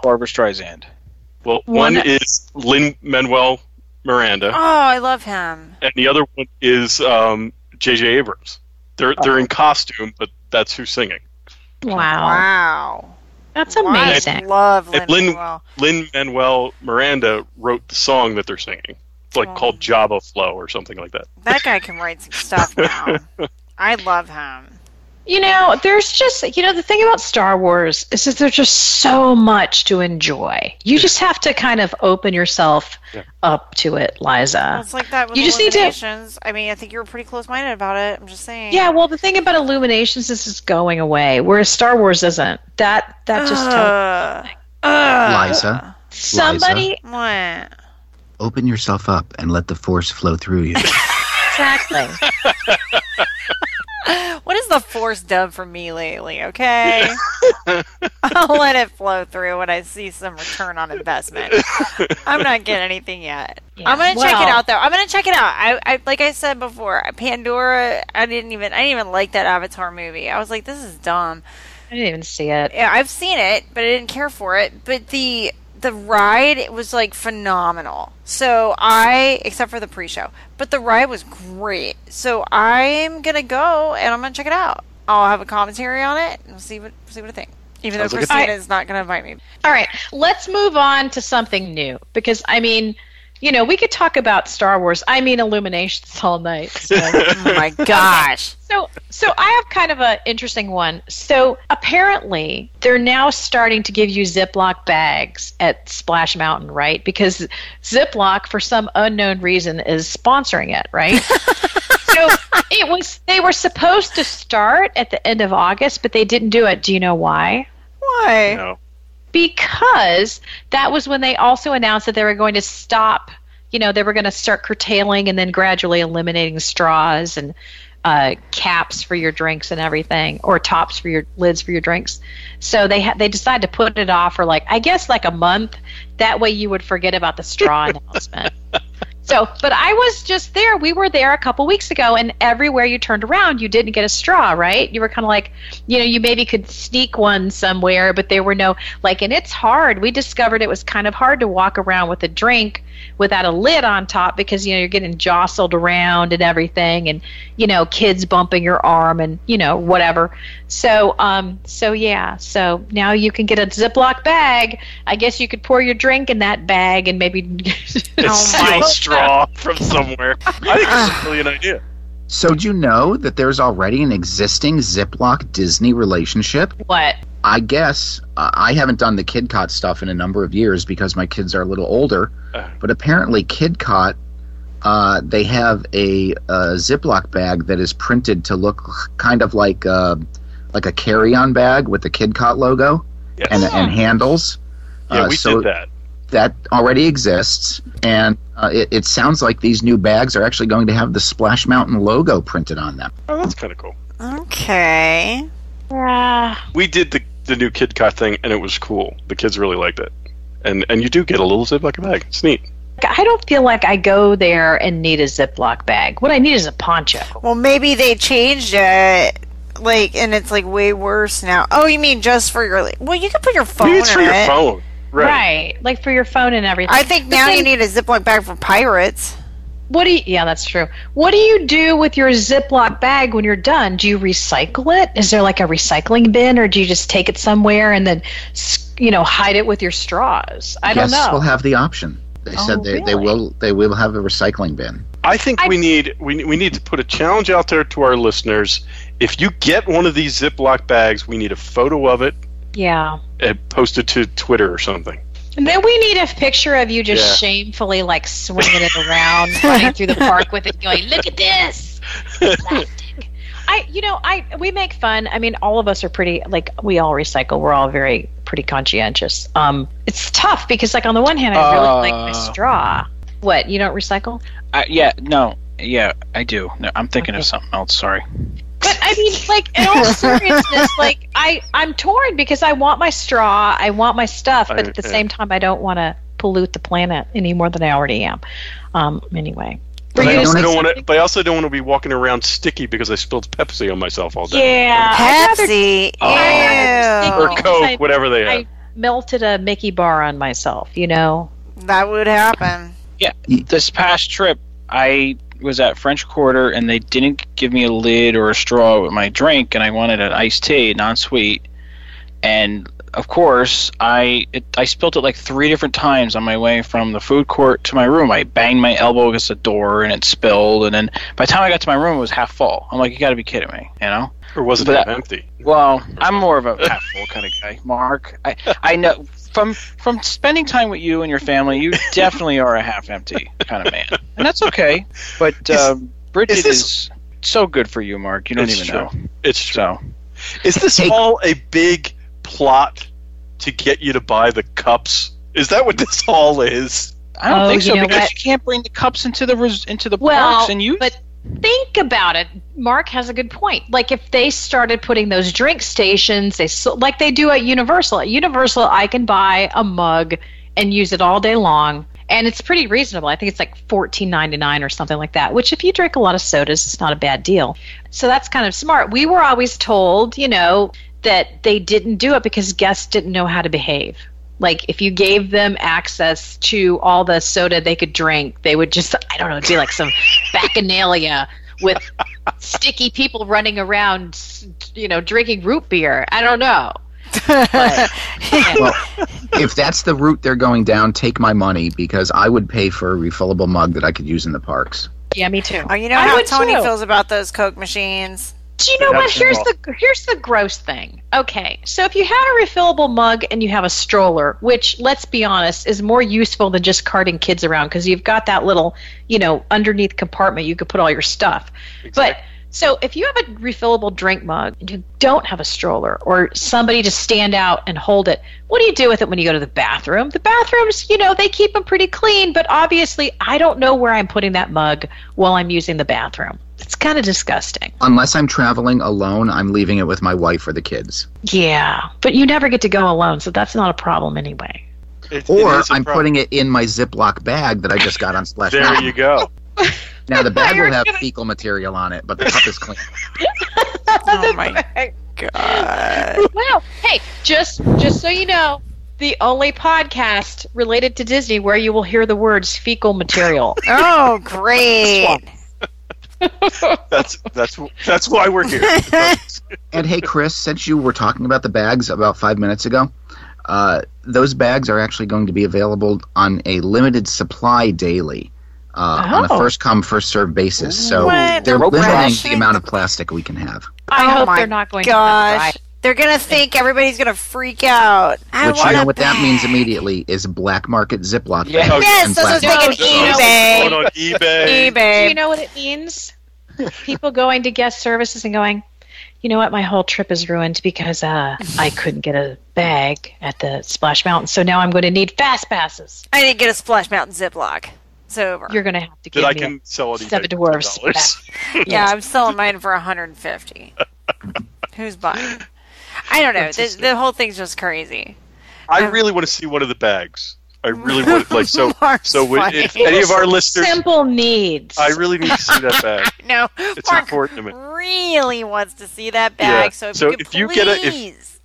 S5: Barbara Streisand.
S1: Well, one,
S4: One-
S1: is Lynn Manuel Miranda,
S2: oh, I love him.
S1: and the other one is um, J.J. Abrams. They're they're in costume, but that's who's singing.
S4: Wow,
S2: Wow.
S4: that's
S2: Wow, I
S4: Oh. amazing.
S2: love
S1: And
S2: Lin
S1: Lin-
S2: Manuel.
S1: Lin Manuel Miranda wrote the song that they're singing. It's like
S2: Oh.
S1: called Java Flow or something like that.
S2: That guy can write some stuff now. I love him.
S4: You know, there's just you know the thing about Star Wars is that there's just so much to enjoy. You just have to kind of open yourself
S1: Yeah.
S4: up to it,
S2: Well,
S4: Liza.
S2: it's like that with
S4: You just need to-
S2: Illuminations. I mean, I think you were pretty close-minded about it. I'm just saying.
S4: Yeah, well, the thing about Illuminations is it's going away, whereas Star Wars isn't. That that just tells
S2: Ugh. Ugh.
S3: Liza,
S4: somebody
S2: Mwah.
S3: open yourself up and let the force flow through you.
S4: exactly.
S2: What has the force done for me lately? Okay, I'll let it flow through when I see some return on investment. I'm not getting anything yet.
S4: Yeah.
S2: I'm gonna check it
S4: Well-
S2: out though. I'm gonna check it out. I, I like I said before, Pandora. I didn't even I didn't even like that Avatar movie. I was like, this is dumb.
S4: I didn't even see it.
S2: Yeah, I've seen it, but I didn't care for it. But the the ride it was like phenomenal. So I, except for the pre-show, but the ride was great. So I'm gonna go and I'm gonna check it out. I'll have a commentary on it and see what see what I think. Even though
S1: Sounds like a plan.
S2: Christina is not gonna invite me.
S4: All right, let's move on to something new because I mean, you know, we could talk about Star Wars. I mean, Illuminations all night. So.
S2: Oh my gosh!
S4: So, so I have kind of an interesting one. So, apparently, they're now starting to give you Ziploc bags at Splash Mountain, right? Because Ziploc, for some unknown reason, is sponsoring it, right? so it was they were supposed to start at the end of August, but they didn't do it. Do you know why?
S2: Why?
S1: No.
S4: Because that was when they also announced that they were going to stop. You know, they were going to start curtailing and then gradually eliminating straws and uh, caps for your drinks and everything, or tops for your lids for your drinks. So they ha- they decided to put it off for like I guess like a month. That way you would forget about the straw announcement. So, but I was just there. We were there a couple weeks ago, and everywhere you turned around, you didn't get a straw, right? You were kind of like, you know, you maybe could sneak one somewhere, but there were no, like, and it's hard. We discovered it was kind of hard to walk around with a drink without a lid on top because, you know, you're getting jostled around and everything, and, you know, kids bumping your arm and, you know, whatever. So, um, so yeah, so now you can get a Ziploc bag. I guess you could pour your drink in that bag and maybe.
S1: Steal straw from somewhere. I think it's a brilliant idea.
S3: so, do you know that there's already an existing Ziploc Disney relationship?
S4: what?
S3: I guess uh, I haven't done the KidCot stuff in a number of years because my kids are a little older.
S1: Uh.
S3: But apparently, KidCot, uh, they have a, uh Ziploc bag that is printed to look kind of like uh, like a carry-on bag with the KidCot logo
S1: Yes.
S3: and, and handles.
S1: yeah,
S3: Uh,
S1: we
S3: so
S1: did that.
S3: that already exists, and uh, it, it sounds like these new bags are actually going to have the Splash Mountain logo printed on them.
S1: Oh, that's kind of cool.
S2: Okay.
S4: Uh,
S1: We did the the new Kid Cot thing, and it was cool. The kids really liked it, and and you do get a little Ziploc bag. It's neat.
S4: I don't feel like I go there and need a Ziploc bag. What I need is a poncho.
S2: Well, maybe they changed it. Like, and it's like way worse now. Oh, you mean just for your? Well, you can put your phone
S1: Maybe it's
S2: in
S1: for your
S2: it.
S1: phone, right?
S4: Like for your phone and everything.
S2: I think
S4: The
S2: now you
S4: thing-
S2: need a Ziploc bag for pirates.
S4: What do you, yeah, that's true. What do you do with your Ziploc bag when you're done? Do you recycle it? Is there like a recycling bin or do you just take it somewhere and then, s- you know, hide it with your straws? I don't
S3: Guests
S4: know.
S3: will have the option. They said
S4: Oh,
S3: they, they
S4: really?
S3: will they will have a recycling bin.
S1: I think
S4: I-
S1: we need we, we need to put a challenge out there to our listeners. If you get one of these Ziploc bags, we need a photo of it
S4: yeah.
S1: and post it to Twitter or something.
S4: And then we need a picture of you just
S1: Yeah.
S4: shamefully like swinging it around, running through the park with it, going, "Look at this!" Plastic. I, you know, I we make fun. I mean, all of us are pretty like we all recycle. We're all very pretty conscientious. Um, it's tough because like on the one hand, I really like my
S5: Uh.
S4: straw. What you don't recycle?
S5: I, yeah, no, yeah, I do. No, I'm thinking of something else. Sorry.
S4: But I mean, like in all seriousness, like I I'm torn because I want my straw, I want my stuff, but
S1: I-
S4: at the
S1: yeah.
S4: same time, I don't want to pollute the planet any more than I already am. Um, anyway. Were
S1: But I
S4: you
S1: also
S4: gonna
S1: don't
S4: say
S1: want to.
S4: something?
S1: But I also don't want to be walking around sticky because I spilled Pepsi on myself all day.
S4: Yeah, I'd rather-
S2: Pepsi.
S4: Oh.
S1: Or
S4: Oh.
S1: Coke,
S4: I-
S1: whatever they have.
S4: I melted a Mickey bar on myself. You know.
S2: Ew. That would happen.
S5: This past trip, I was at French Quarter and they didn't give me a lid or a straw with my drink, and I wanted an iced tea, non sweet. And of course, I it, I spilt it like three different times on my way from the food court to my room. I banged my elbow against the door and it spilled. And then by the time I got to my room, it was half full. I'm like, you got to be kidding me, you know?
S1: Or was it half
S5: But-
S1: empty?
S5: Well, I'm more of a half full kind of guy, Mark. I, I know from from spending time with you and your family, you definitely are a half empty kind of man, and that's okay. But
S1: Is-
S5: uh, Bridget
S1: is
S5: is,
S1: this-
S5: so good for you, Mark. You don't
S1: It's
S5: even
S1: true.
S5: know.
S1: It's true.
S5: So
S1: Is this
S3: Hey.
S1: all a big plot to get you to buy the cups? Is that what this all is?
S5: I don't
S4: Oh,
S5: think so
S4: you know
S5: because
S4: what?
S5: you can't bring the cups into the res- into the
S4: Well,
S5: parks and you.
S4: but think about it. Mark has a good point. Like if they started putting those drink stations, they so- like they do at Universal. At Universal, I can buy a mug and use it all day long, and it's pretty reasonable. I think it's like fourteen ninety nine or something like that. Which if you drink a lot of sodas, it's not a bad deal. So that's kind of smart. We were always told, you know, that they didn't do it because guests didn't know how to behave. Like if you gave them access to all the soda they could drink, they would just I don't know, it'd be like some bacchanalia with sticky people running around, you know, drinking root beer. I don't know. But-
S3: Well, if that's the route they're going down, take my money because I would pay for a refillable mug that I could use in the parks.
S4: yeah, me too.
S2: Oh, you know
S4: I
S2: how
S4: would
S2: Tony
S4: too.
S2: feels about those Coke machines.
S4: Do you know what?
S5: That's
S4: Here's the here's the gross thing. Okay, so if you have a refillable mug and you have a stroller, which let's be honest is more useful than just carting kids around because you've got that little, you know, underneath compartment you could put all your stuff. But so if you have a refillable drink mug and you don't have a stroller or somebody to stand out and hold it, what do you do with it when you go to the bathroom? The bathrooms, you know, they keep them pretty clean, but obviously I don't know where I'm putting that mug while I'm using the bathroom. It's kind of disgusting.
S3: Unless I'm traveling alone, I'm leaving it with my wife or the kids.
S4: Yeah, but you never get to go alone, so that's not a problem anyway.
S1: It- it
S3: Or
S1: is a
S3: I'm
S1: problem.
S3: putting it in my Ziploc bag that I just got on Splash
S1: There
S3: Mountain.
S1: you go.
S3: Now the bag
S4: You're
S3: will have
S4: kidding.
S3: fecal material on it, but the cup is clean.
S2: Oh my god!
S4: Wow. Hey, just just so you know, the only podcast related to Disney where you will hear the words fecal material.
S2: Oh great!
S1: That's that's that's why we're here.
S3: And hey, Chris, since you were talking about the bags about five minutes ago, uh, those bags are actually going to be available on a limited supply daily. Uh, On a
S4: Oh.
S3: first come, first served basis. So
S2: What?
S3: they're
S2: Rope
S3: limiting
S2: rations?
S3: the amount of plastic we can have.
S4: I
S2: Oh
S4: hope
S2: my
S4: they're not going to.
S2: Gosh,
S4: Right.
S2: they're gonna think everybody's gonna freak out. I
S3: Which
S2: want
S3: you know
S2: a
S3: what that
S2: bag.
S3: means immediately is black market Ziploc bags.
S5: Yeah.
S2: Yes,
S3: and
S2: that's
S3: plastic
S2: what I was
S4: No,
S2: thinking.
S4: no,
S1: Going on
S2: eBay,
S1: eBay.
S4: Do
S2: eBay.
S4: you know what it means? People going to guest services and going, you know what, my whole trip is ruined because uh, I couldn't get a bag at the Splash Mountain, so now I'm going to need fast passes.
S2: I didn't get a Splash Mountain Ziploc. It's over.
S4: You're going to have to give
S1: That I
S4: me
S1: can sell at eBay.
S4: Seven
S1: for
S4: dwarfs.
S1: $10.
S2: yeah, I'm selling mine for 150. Who's buying? I don't know. The, the whole thing's just crazy.
S1: I really want to see one of the bags. I really want like so.
S2: Mark's
S1: So would-
S2: funny.
S1: if any of our
S4: a
S1: listeners,
S4: simple needs.
S1: I really need to see that bag.
S2: No,
S1: It's
S2: Mark
S1: important to me.
S2: really wants to see that
S1: Yeah,
S2: bag. So if
S1: so
S2: you could
S1: if you
S2: please,
S1: get a- if-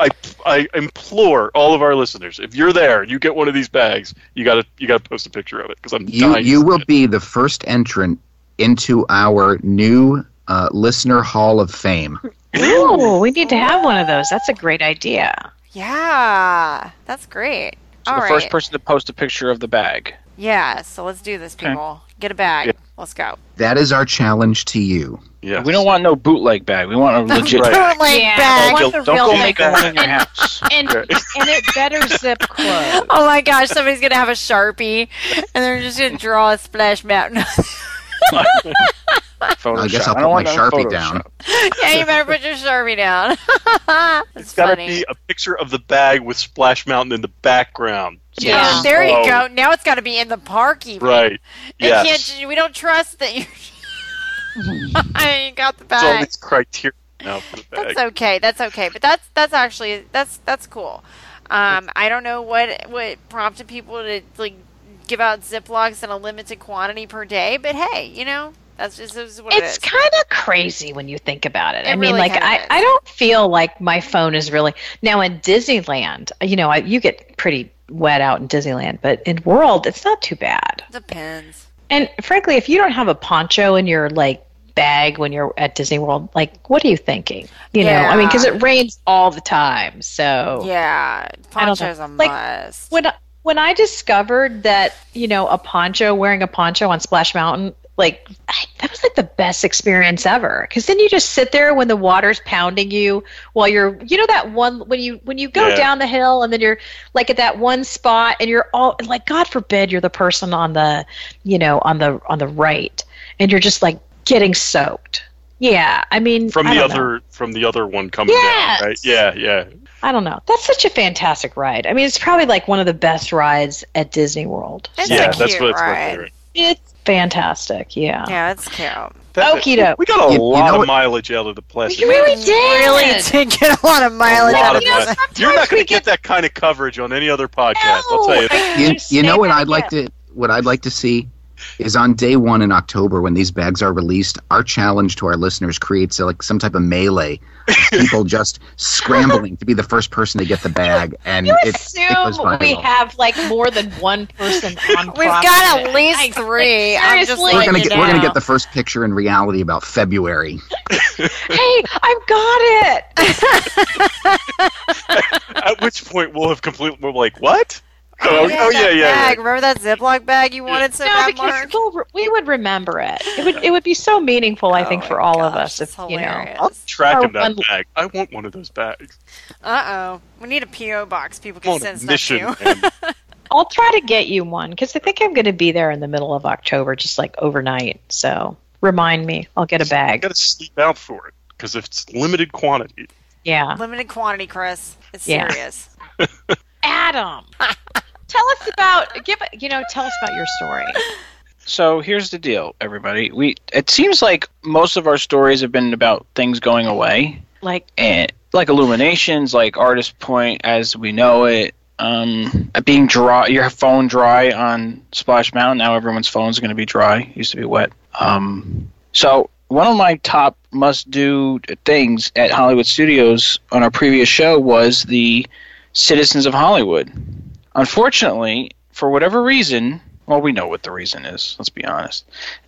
S1: I, I implore all of our listeners, if you're there, you get one of these bags. You gotta you gotta post a picture of it because I'm
S3: You
S1: dying.
S3: you will be the first entrant into our new uh, listener hall of fame.
S4: Ooh, we need to have one of those. That's a great idea.
S2: yeah, that's great.
S5: So
S2: All
S5: the
S2: right.
S5: first person to post a picture of the bag.
S2: yeah, so let's do this, people. Get a bag.
S1: Yeah.
S2: Let's go.
S3: That is our challenge to you.
S1: Yes.
S5: We don't want no bootleg bag. We want a legit.
S1: Right.
S5: bag.
S2: Don't like
S4: Yeah.
S2: bag.
S4: want
S5: Don't,
S4: the
S5: don't
S4: real
S5: go
S4: thing.
S5: make one in your house.
S4: And and it better zip close.
S2: Oh my gosh, somebody's gonna have a sharpie, and they're just gonna draw a splash mountain.
S5: Photoshop.
S3: I guess I'll
S5: don't
S3: put
S5: want
S3: my
S5: no
S3: Sharpie
S5: Photoshop.
S3: down.
S2: yeah, you better put your sharpie down. That's
S1: It's gotta
S2: funny.
S1: be a picture of the bag with Splash Mountain in the background.
S2: yeah,
S4: Yeah.
S2: there you
S1: Oh.
S2: go. Now it's got to be in the park, even.
S1: Right.
S2: It
S1: Yes.
S2: can't- we don't trust that you. I ain't got the
S1: It's all
S2: bag.
S1: these criteria now for the bag.
S2: That's okay. That's okay. But that's that's actually that's that's cool. Um, I don't know what what prompted people to like give out Ziplocs in a limited quantity per day, but hey, you know that's just this is what it
S4: It's
S2: is.
S4: kind of crazy when you think about it.
S2: It
S4: I mean,
S2: really
S4: like
S2: kinda
S4: I,
S2: is.
S4: I don't feel like my phone is really now in Disneyland. You know, I, you get pretty wet out in Disneyland, but in World, it's not too bad.
S2: Depends.
S4: And frankly, if you don't have a poncho in your like bag when you're at Disney World. Like, what are you thinking? You know, I
S2: Yeah.
S4: mean, because it rains all the time. So
S2: Yeah, poncho's
S4: know.
S2: a
S4: Like,
S2: must.
S4: when when I discovered that you know a poncho wearing a poncho on Splash Mountain like I, that was like the best experience ever because then you just sit there when the water's pounding you while you're you know that one when you when you go
S1: Yeah.
S4: down the hill and then you're like at that one spot and you're all and like god forbid you're the person on the you know on the on the right and you're just like getting soaked yeah i mean
S1: from
S4: I
S1: the
S4: don't know.
S1: other from the other one coming
S4: Yes!
S1: down, right? Yeah, yeah.
S4: i don't know that's such a fantastic ride i mean it's probably like one of the best rides at disney world
S2: It's
S1: yeah,
S2: a
S1: that's
S2: cute
S1: what it's my
S2: ride.
S1: favorite.
S4: It's fantastic, yeah.
S2: Yeah, it's cute.
S1: That-
S4: Okie doke.
S1: We got a
S3: Oh, You- you
S1: lot
S3: know
S1: of
S3: what-
S1: mileage out of the plastic.
S4: really did.
S2: Really did get a lot of mileage
S1: A lot
S2: out
S1: of
S2: of
S4: You know,
S1: mileage.
S4: sometimes
S1: You're not going
S4: we
S1: to get that kind of coverage on any other podcast. I'll tell you. that.
S4: No,
S3: You, you know what
S4: understand
S3: I'd like to what I'd like to see is on day one in October when these bags are released. Our challenge to our listeners creates uh, like some type of melee of people just scrambling to be the first person to get the bag, and
S4: You
S3: it, it goes
S4: assume we
S3: viral.
S4: have like more than one person on.
S2: We've got at least three. I'm just
S4: seriously.
S3: We're
S2: letting
S3: gonna
S2: you
S3: get we're
S2: know.
S3: gonna get the first picture in reality about February.
S4: Hey, I've got it.
S1: At which point we'll have completely. We're like, what? Oh,
S2: Yeah,
S1: oh, yeah,
S2: that
S1: yeah.
S2: bag. Remember that Ziploc bag you wanted so
S4: no,
S2: bad,
S4: because
S2: Mark?
S4: we'll, we would remember it. It would it would be so meaningful, I think,
S2: Oh
S4: for
S2: my
S4: all of
S2: gosh,
S4: us. If
S2: it's
S4: you know,
S2: hilarious.
S1: I'll track
S4: Our
S1: him that
S4: one-
S1: bag. I want one of those bags.
S2: Uh oh. We need a P.O. box people
S1: I'm
S2: can
S1: on a
S2: send stuff
S1: mission.
S2: to.
S1: man.
S4: I'll try to get you one because I think I'm going to be there in the middle of October, just like overnight. So remind me, I'll get a
S1: I
S4: bag.
S1: got to sleep out for it because if it's limited quantity,
S4: Yeah,
S2: Limited quantity, Chris. It's
S4: Yeah.
S2: serious.
S4: Adam, tell us about give you know tell us about your story.
S5: So here's the deal, everybody. We it seems like most of our stories have been about things going away,
S4: Like
S5: and like illuminations, like Artist Point as we know it. Um, being dry, your phone dry on Splash Mountain. Now everyone's phones are going to be dry. It used to be wet. Um, so one of my top must-do things at Hollywood Studios on our previous show was the Citizens of Hollywood. Unfortunately, for whatever reason, well, we know what the reason is. Let's be honest.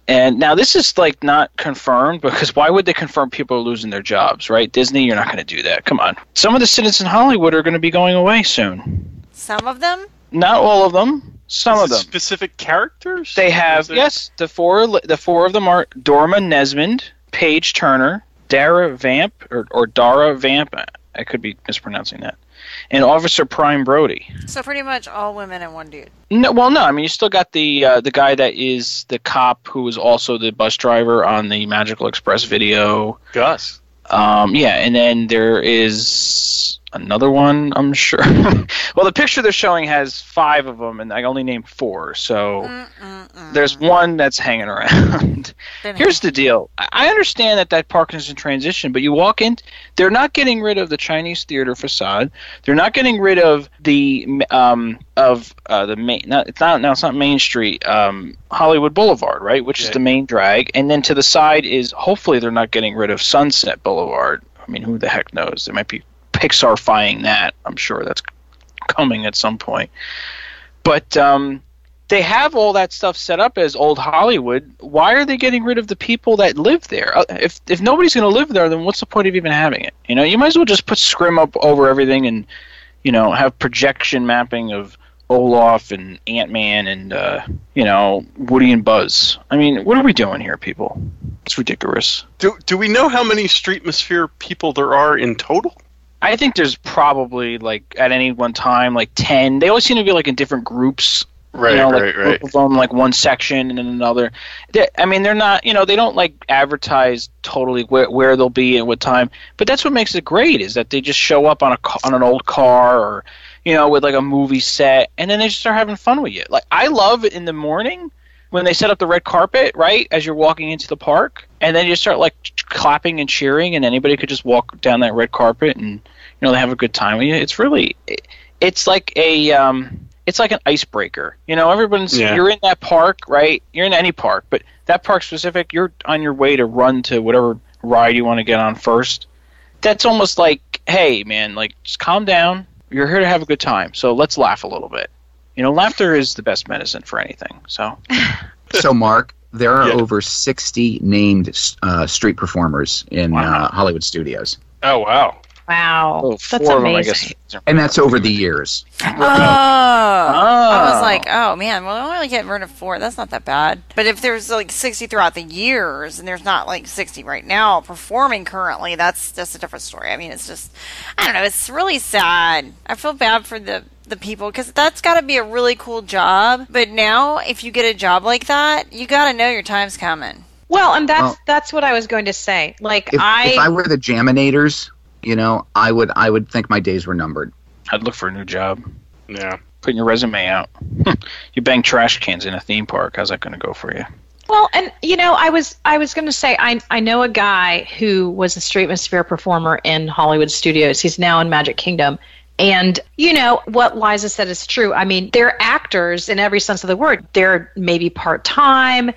S5: And now this is like not confirmed because why would they confirm people are losing their jobs, right? Disney, you're not going to do that. Come on. Some of the citizens in Hollywood are going to be going away soon.
S2: Some of them?
S5: Not all of them. Some
S1: Is it
S5: of them.
S1: specific characters.
S5: They
S1: Is
S5: have
S1: it-
S5: yes, the four the four of them are Dorma Nesmond, Paige Turner, Dara Vamp or, or Dara Vamp. I- I could be mispronouncing that. And Officer Prime Brody.
S2: So pretty much all women and one dude.
S5: No, well, no. I mean, you still got the uh, the guy that is the cop who is also the bus driver on the Magical Express video.
S1: Gus.
S5: Um, yeah, and then there is another one. I'm sure. well, the picture they're showing has five of them, and I only named four. So
S2: Mm. Mm-mm-mm.
S5: Oh. there's one that's hanging around.
S2: Been
S5: Here's the deal. I I understand that that park is in transition, but you walk in, they're not getting rid of the Chinese theater facade. They're not getting rid of the um of uh, the main. Not, it's not now. It's not Main Street. Um, Hollywood Boulevard, right, which is
S1: Yeah.
S5: the main drag, and then to the side is hopefully they're not getting rid of Sunset Boulevard. I mean, who the heck knows? They might be Pixar-fying that. I'm sure that's coming at some point. But um, they have all that stuff set up as old Hollywood. Why are they getting rid of the people that live there? Uh, If if nobody's going to live there, then what's the point of even having it? You know, you might as well just put scrim up over everything and you know have projection mapping of Olaf and Ant Man and uh, you know Woody and Buzz. I mean, what are we doing here, people? It's ridiculous.
S1: Do do we know how many Streetmosphere people there are in total?
S5: I think there's probably like at any one time like ten. They always seem to be like in different groups
S1: Right,
S5: you know, like group of them, like one section and then another. They, I mean, they're not, you know, they don't like advertise totally where, where they'll be and what time. But that's what makes it great is that they just show up on a ca- on an old car or you know with like a movie set, and then they just start having fun with you. Like I love in the morning when they set up the red carpet, right, as you're walking into the park, and then you start like clapping and cheering, and anybody could just walk down that red carpet and you know they have a good time with you. It's really it, it's like a um, it's like an icebreaker. You know, everyone's
S1: Yeah.
S5: you're in that park, right? You're in any park, but that park specific, you're on your way to run to whatever ride you want to get on first. That's almost like, hey man, like just calm down. You're here to have a good time, so let's laugh a little bit. You know, laughter is the best medicine for anything. So
S3: So Mark, there are
S1: Yeah.
S3: over 60 named uh, street performers in uh, Hollywood studios.
S1: Oh wow.
S4: Wow.
S5: Oh,
S4: That's
S5: four
S4: amazing.
S5: of them, I guess.
S3: And that's over the years.
S2: Oh. I was
S5: Oh.
S2: like, oh man, well, I only get rid of four. That's not that bad. But if there's like 60 throughout the years and there's not like 60 right now performing currently, that's just a different story. I mean, it's just, I don't know, it's really sad. I feel bad for the, the people because that's got to be a really cool job. But now, if you get a job like that, you got to know your time's coming.
S4: Well, and that's
S3: Well-
S4: that's what I was going to say. Like
S3: If
S4: I,
S3: if I were the Jaminators, you know, I would I would think my days were numbered.
S5: I'd look for a new job.
S1: Yeah.
S5: Putting your resume out. Hmm. you bang trash cans in a theme park. How's that going to go for you?
S4: well, and you know, I was I was going to say I I know a guy who was a street sphere performer in Hollywood studios. He's now in Magic Kingdom. And you know what Liza said is true. I mean, they're actors in every sense of the word. They're maybe part-time.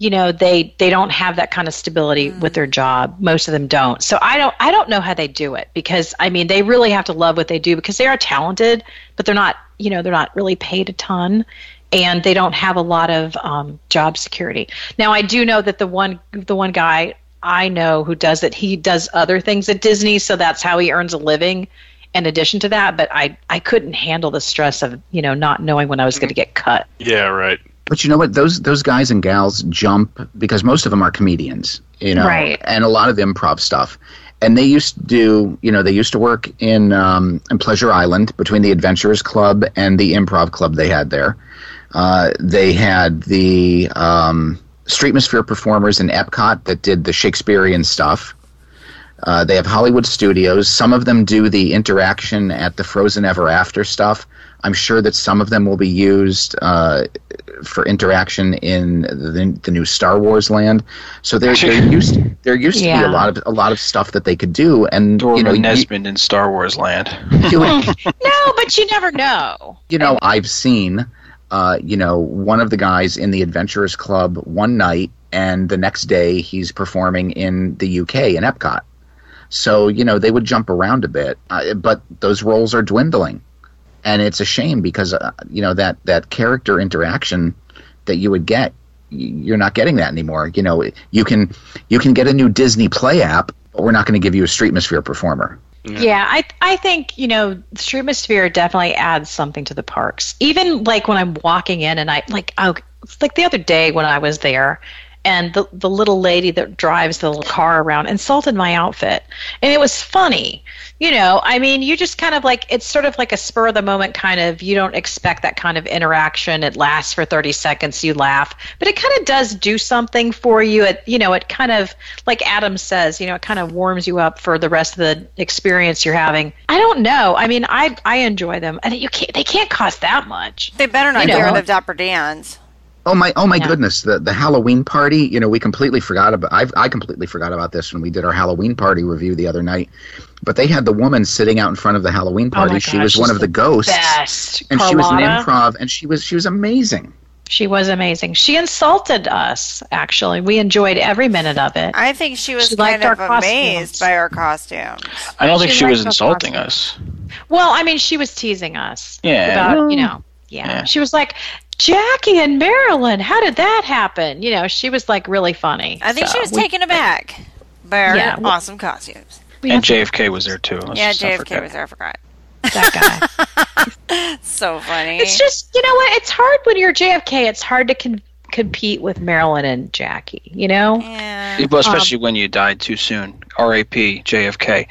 S4: You know, they they don't have that kind of stability with their job. Most of them don't. So I don't I don't know how they do it because I mean, they really have to love what they do because they are talented, but they're not, you know, they're not really paid a ton and they don't have a lot of um, job security. Now, I do know that the one the one guy I know who does it, he does other things at Disney, so that's how he earns a living. In addition to that, but I I couldn't handle the stress of you know not knowing when I was going to get cut.
S1: Yeah. Right.
S3: But you know what? Those those guys and gals jump because most of them are comedians, you know,
S4: Right.
S3: and a lot of the improv stuff. And they used to do, you know, they used to work in um, in Pleasure Island between the Adventurers Club and the Improv Club they had there. Uh, they had the um, Streetmosphere performers in Epcot that did the Shakespearean stuff. Uh, they have Hollywood studios. Some of them do the interaction at the Frozen Ever After stuff. I'm sure that some of them will be used uh, for interaction in the, the new Star Wars land. So there, there used there used to be
S4: Yeah.
S3: a lot of a lot of stuff that they could do, and
S5: Dora
S3: you know, you,
S5: Nesmond in Star Wars Land.
S3: you would-
S4: No, but you never know.
S3: you know, I've seen, uh, you know, one of the guys in the Adventurers Club one night, and the next day he's performing in the UK in Epcot. So you know they would jump around a bit, uh, but those roles are dwindling, and it's a shame because uh, you know that that character interaction that you would get, y- you're not getting that anymore. You know, you can you can get a new Disney Play app, but we're not going to give you a Streetmosphere performer.
S4: Yeah, I I think you know Streamosphere definitely adds something to the parks. Even like when I'm walking in and I like oh it's like the other day when I was there, and the the little lady that drives the little car around insulted my outfit, and it was funny. You know, I mean, you just kind of like it's sort of like a spur of the moment kind of. You don't expect that kind of interaction. It lasts for 30 seconds. You laugh, but it kind of does do something for you. It you know, it kind of like Adam says, you know, it kind of warms you up for the rest of the experience you're having. I don't know. I mean, I I enjoy them, and you can't they can't cost that much.
S2: They better not
S4: You
S2: get
S4: know.
S2: rid of Dapper Dan's.
S3: Oh my! Oh my
S4: Yeah.
S3: goodness! The the Halloween party. You know, we completely forgot about. I've, I completely forgot about this when we did our Halloween party review the other night. But they had the woman sitting out in front of the Halloween
S4: Oh my
S3: party. she
S4: gosh,
S3: was one
S4: she's
S3: of the ghosts,
S4: Best.
S3: and she was an
S4: Carlotta.
S3: improv, and she was she was amazing.
S4: She was amazing. She insulted us. Actually, we enjoyed every minute of it.
S2: I think she was
S4: She liked
S2: kind of
S4: our
S2: amazed
S4: costumes.
S2: by our costumes.
S5: I don't think
S4: She
S5: she was
S4: liked the
S5: insulting
S4: costume.
S5: us.
S4: Well, I mean, she was teasing us.
S5: Yeah.
S4: About, you know, yeah.
S5: Yeah.
S4: She was like, Jackie and Marilyn, how did that happen? You know, she was like really funny.
S2: I think
S4: So
S2: she was
S4: we-
S2: taken aback by our
S4: Yeah, well-
S2: awesome costumes.
S4: we
S5: And
S4: have
S5: JFK was there too. Let's
S2: Yeah,
S5: just not
S2: JFK
S5: forget.
S2: was there. I forgot.
S4: that guy.
S2: So funny.
S4: it's just, you know what? It's hard when you're JFK. It's hard to con- compete with Marilyn and Jackie, you know?
S2: yeah.
S5: Well, especially when you died too soon. R.A.P. JFK.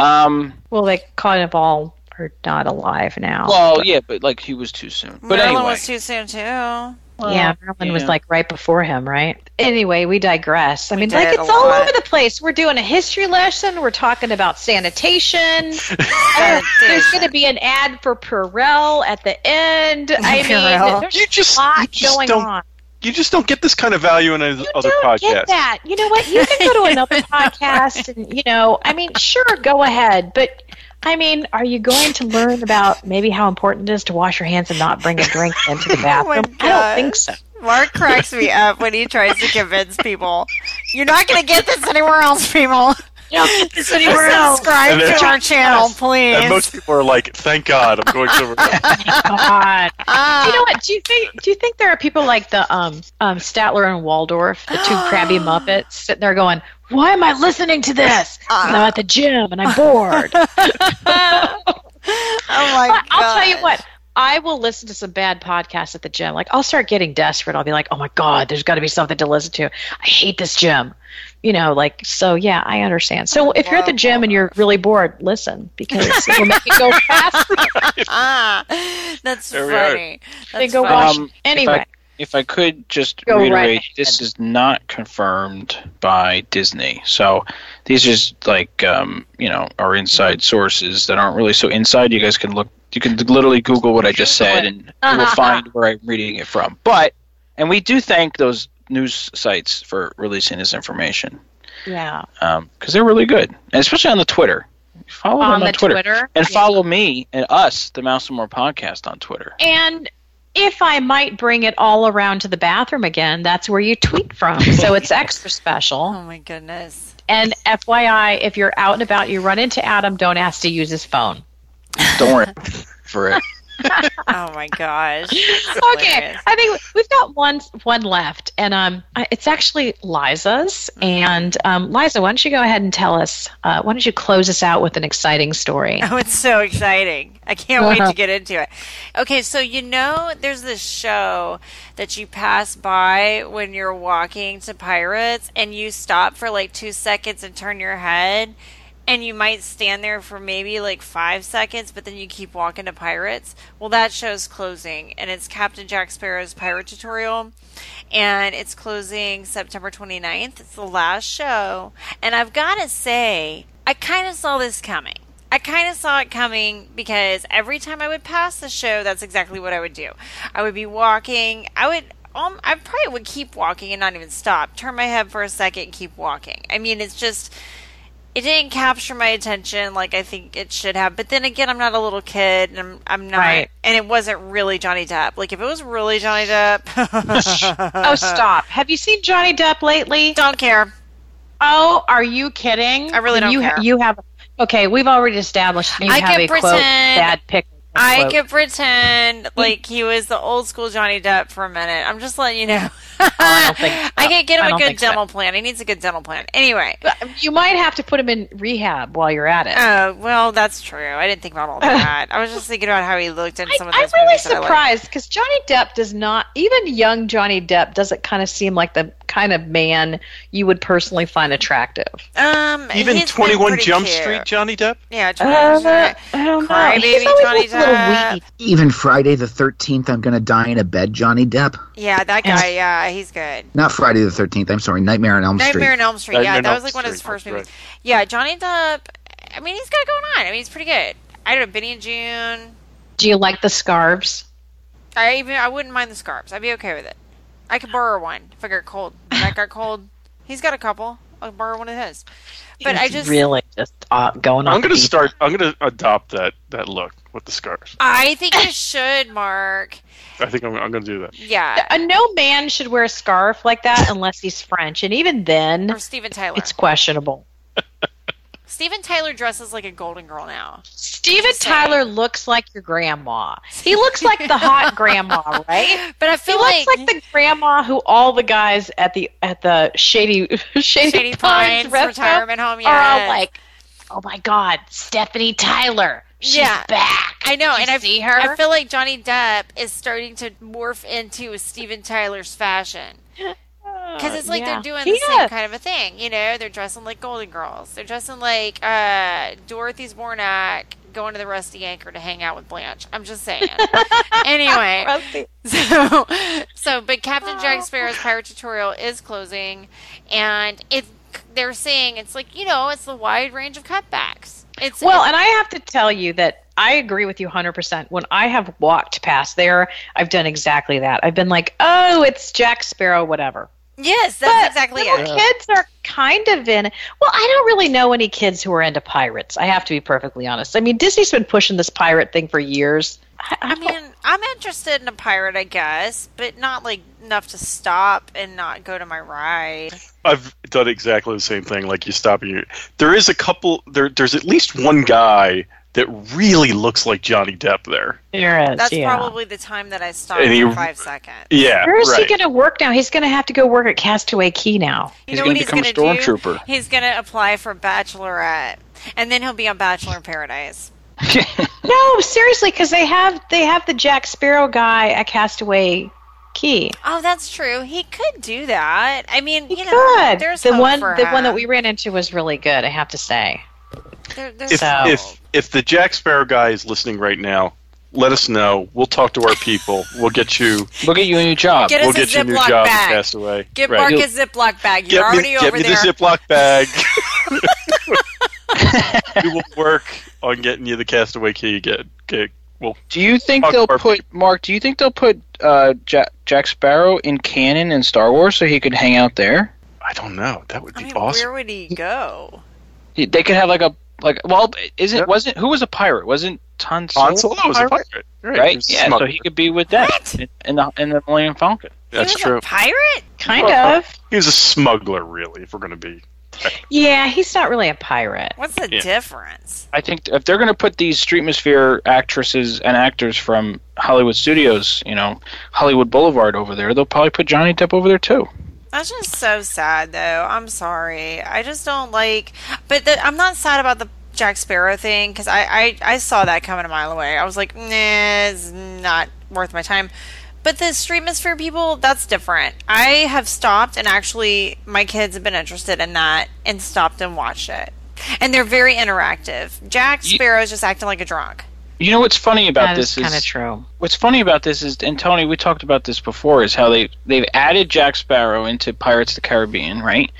S5: Um,
S4: Well, they kind of all are not alive now.
S5: well, yeah, but like he was too soon. But
S2: Marilyn
S5: anyway,
S2: was too soon too.
S4: yeah, Marilyn was
S5: yeah.
S4: like right before him, right? Anyway, we digress. I mean,
S2: did
S4: like
S2: a
S4: it's all
S2: lot.
S4: over the place. We're doing a history lesson. We're talking about sanitation. Uh, there's going to be an ad for Purell at the end. I mean,
S2: Purell.
S4: there's
S1: You just-
S4: a lot
S1: you just
S4: going
S1: don't-
S4: on.
S1: You just don't get this kind of value in
S4: You
S1: other
S4: don't get
S1: podcasts.
S4: that. You know what? You can go to another podcast, and you know, I mean, sure, go ahead, but. I mean, are you going to learn about maybe how important it is to wash your hands and not bring a drink into the
S2: my
S4: bathroom? I don't think
S2: gosh.
S4: so.
S2: Mark cracks me up when he tries to convince people. You're not going to get this anywhere else, people. don't get this anywhere
S1: else.
S2: Subscribe
S1: And then-
S2: to our channel, please.
S1: And most people are like, "Thank God, I'm going somewhere." else."
S4: God.
S2: Ah.
S4: you know what? Do you think do you think there are people like the um, um Statler and Waldorf, the two crabby Muppets, sitting there going, "Why am I listening to this?
S2: Uh,
S4: And I'm at the gym and I'm bored."
S2: oh my god!
S4: But I'll tell you what. I will listen to some bad podcasts at the gym. Like I'll start getting desperate. I'll be like, "Oh my god, there's got to be something to listen to. I hate this gym." You know, like so. Yeah, I understand. So if you're at the gym and you're really bored, listen because it will make you go faster.
S2: Ah, that's
S1: There we are.
S2: funny.
S4: They
S2: That's
S4: go
S2: funny.
S4: wash
S5: Um, if I-
S4: anyway.
S5: If I could just
S4: Go right
S5: reiterate,
S4: ahead.
S5: this is not confirmed by Disney. So these are just like um, you know our inside sources that aren't really so inside. You guys can look. You can literally Google what I just
S4: Google
S5: said,
S4: it.
S5: and you
S4: Uh-huh.
S5: will find where I'm reading it from. But and we do thank those news sites for releasing this information
S4: yeah,
S5: because they're really good, and especially on the Twitter. Follow
S4: on
S5: them on
S4: the Twitter,
S5: Twitter. and
S4: Yeah.
S5: follow me and us, the Mouse and More podcast, on Twitter.
S4: And if I might bring it all around to the bathroom again, that's where you tweet from. So it's extra special.
S2: Oh my goodness!
S4: And FYI, if you're out and about, you run into Adam, don't ask to use his phone.
S5: Don't worry for it.
S2: Oh my gosh!
S4: Okay, I think we've got one one left, and um, I- it's actually Liza's. And um, Liza, why don't you go ahead and tell us? Uh, why don't you close us out with an exciting story?
S2: Oh, it's so exciting. I can't wait to get into it. Okay, so you know there's this show that you pass by when you're walking to pirates and you stop for like 2 seconds and turn your head and you might stand there for maybe like 5 seconds but then you keep walking to pirates. Well, that show's closing and it's Captain Jack Sparrow's Pirate Tutorial and it's closing September 29th. It's the last show. And I've got to say, I kind of saw this coming. I kind of saw it coming because every time I would pass the show, that's exactly what I would do. I would be walking. I would. Um, I probably would keep walking and not even stop. Turn my head for a second, keep walking. I mean, it's just it didn't capture my attention like I think it should have. But then again, I'm not a little kid, and I'm, I'm not.
S4: Right.
S2: And it wasn't really Johnny Depp. Like if it was really Johnny Depp,
S4: oh, stop! Have you seen Johnny Depp lately?
S2: Don't care.
S4: Oh, are you kidding?
S2: I really don't
S4: you,
S2: care.
S4: You have okay. We've already established you
S2: I
S4: have
S2: could
S4: a quote
S2: pretend-
S4: bad pick.
S2: I
S4: quote.
S2: could pretend like he was the old school Johnny Depp for a minute. I'm just letting you know.
S4: Oh, I don't think so.
S2: I could get
S4: I
S2: him a
S4: don't
S2: good
S4: think so.
S2: dental plan. He needs a good dental plan. Anyway.
S4: You might have to put him in rehab while you're at it.
S2: Oh, well, that's true. I didn't think about all that. I was just thinking about how he looked in
S4: I,
S2: some of
S4: I'm
S2: those
S4: really
S2: movies that I liked.
S4: surprised because Johnny Depp does not, even young Johnny Depp doesn't kind of seem like the kind of man you would personally find attractive.
S2: Um,
S1: Even
S2: he's been
S1: Twenty One
S2: pretty
S1: Jump
S2: cute.
S1: Street, Johnny Depp.
S2: Yeah, 21
S4: Uh,
S2: Jump Street.
S4: I don't
S2: Crybaby
S4: He's always
S2: Johnny
S4: looked a little
S2: Depp.
S4: weak.
S3: Even Friday the 13th, I'm going to die in a bed, Johnny Depp.
S2: Yeah, that guy. Yeah, he's good.
S3: Not Friday the 13th, I'm sorry, Nightmare on Elm
S2: Nightmare on
S3: Street.
S2: Elm Street.
S1: Nightmare
S2: yeah,
S1: on
S2: that
S1: Elm
S2: was like one of his
S1: Street,
S2: first
S1: that's
S2: movies. Yeah, Johnny Depp. I mean, he's got it going on. I mean, he's pretty good. I don't know. Benny and June.
S4: Do you like the scarves?
S2: I even I wouldn't mind the scarves. I'd be okay with it. I could borrow one if I got cold. If I got cold, he's got a couple. I'll borrow one of his. But I
S4: He's
S2: just
S4: really just uh, going on.
S1: I'm gonna start. I'm gonna adopt that that look with the scarves.
S2: I think you should, Mark.
S1: I think I'm, I'm gonna do that.
S2: Yeah.
S4: A Uh, no man should wear a scarf like that unless he's French, and even then,
S2: Or Steven Tyler.
S4: it's questionable.
S2: Steven Tyler dresses like a golden girl now.
S4: Steven
S2: Just saying.
S4: Tyler looks like your grandma. He looks like the hot grandma, right?
S2: But I
S4: He
S2: feel
S4: looks like the grandma who all the guys at the at the shady shady,
S2: Shady
S4: Pines,
S2: Pines
S4: rest home
S2: retirement home. Yeah.
S4: are all like, "Oh my God, Stephanie Tyler, she's
S2: Yeah.
S4: back."
S2: I know,
S4: Did
S2: and
S4: you
S2: I
S4: see her.
S2: I feel like Johnny Depp is starting to morph into a Steven Tyler's fashion. Because it's like
S4: Oh, Yeah.
S2: they're doing
S4: He
S2: the same
S4: is.
S2: kind of a thing, you know. They're dressing like Golden Girls. They're dressing like uh, Dorothy's Warnock going to the Rusty Anchor to hang out with Blanche. I'm just saying. anyway, so, so, but Captain Jack Sparrow's pirate tutorial is closing, and it they're saying it's like you know it's the wide range of cutbacks. It's
S4: Well, and I have to tell you that I agree with you 100%. When I have walked past there, I've done exactly that. I've been like, "Oh, it's Jack Sparrow, whatever."
S2: yes, that's
S4: But
S2: exactly it.
S4: little kids are kind of in. Well, I don't really know any kids who are into pirates. I have to be perfectly honest. I mean, Disney's been pushing this pirate thing for years. I,
S2: I mean, I'm interested in a pirate, I guess, but not like enough to stop and not go to my ride.
S1: I've done exactly the same thing. Like you stop and you. There is a couple. There, there's at least one guy that really looks like Johnny Depp there.
S4: There is.
S2: That's
S4: yeah.
S2: probably the time that I stopped
S1: And he-
S2: for five seconds.
S1: Yeah,
S4: Where is
S1: right.
S4: he going to work now? He's going to have to go work at Castaway Key now.
S2: You
S5: He's
S2: know
S5: gonna
S2: what he's
S5: become
S2: going
S5: a
S2: to do?
S5: stormtrooper.
S2: He's going to apply for Bachelorette, and then he'll be on Bachelor in Paradise.
S4: No, seriously, because they have they have the Jack Sparrow guy at Castaway Key.
S2: Oh, that's true. He could do that. I mean, you know,
S4: Good.
S2: there's
S4: the
S2: hope
S4: one
S2: for
S4: the one
S2: him.
S4: that we ran into was really good. I have to say.
S2: There- there's
S1: if,
S4: So-
S1: if if the Jack Sparrow guy is listening right now, let us know. We'll talk to our people. We'll get you.
S5: Look at you and your job.
S2: Get us
S1: we'll
S2: a
S1: get you a new
S2: Ziploc
S1: job.
S2: bag.
S1: And cast away.
S2: Get
S1: Right.
S2: Mark a
S5: You'll-
S2: Ziploc bag. You're
S1: Get
S2: already
S1: me,
S2: over
S1: get me
S2: there.
S1: the Ziploc bag. we will work on getting you the Castaway key again. Okay. Well,
S5: Do you think
S1: Fuck
S5: they'll
S1: Orpheus.
S5: put Mark? Do you think they'll put uh, Jack, Jack Sparrow in canon in Star Wars so he could hang out there?
S1: I don't know. That would be
S2: I mean,
S1: awesome.
S2: where would he go?
S5: He- They could have like a like. Well, isn't
S1: Yep.
S5: wasn't who was a pirate? Wasn't Han Solo?
S1: Han Solo was a pirate, right? He
S5: right?
S1: was a
S5: Yeah, so
S1: smuggler.
S5: he could be with them
S2: What?
S5: in- in the in the Millennium Falcon.
S1: That's
S2: he was
S1: true.
S2: a pirate?
S4: Kind
S1: Well,
S4: of.
S1: He was a smuggler, really. If we're going to be,
S4: Yeah, he's not really a pirate.
S2: What's the
S1: Yeah.
S2: difference?
S5: I think if they're going to put these streetmosphere actresses and actors from Hollywood studios, you know, Hollywood Boulevard over there, they'll probably put Johnny Depp over there too.
S2: That's just so sad, though. I'm sorry. I just don't like. But the, I'm not sad about the Jack Sparrow thing because I, I I saw that coming a mile away. I was like, nah, it's not worth my time. But the streetmosphere people, that's different. I have stopped and actually my kids have been interested in that and stopped and watched it. And they're very interactive. Jack
S5: Ye-
S2: Sparrow's just acting like a drunk.
S5: You know what's funny about
S4: That is
S5: this
S4: kind of true.
S5: what's funny about this is, and Tony, we talked about this before, is how they they've added Jack Sparrow into Pirates of the Caribbean, right?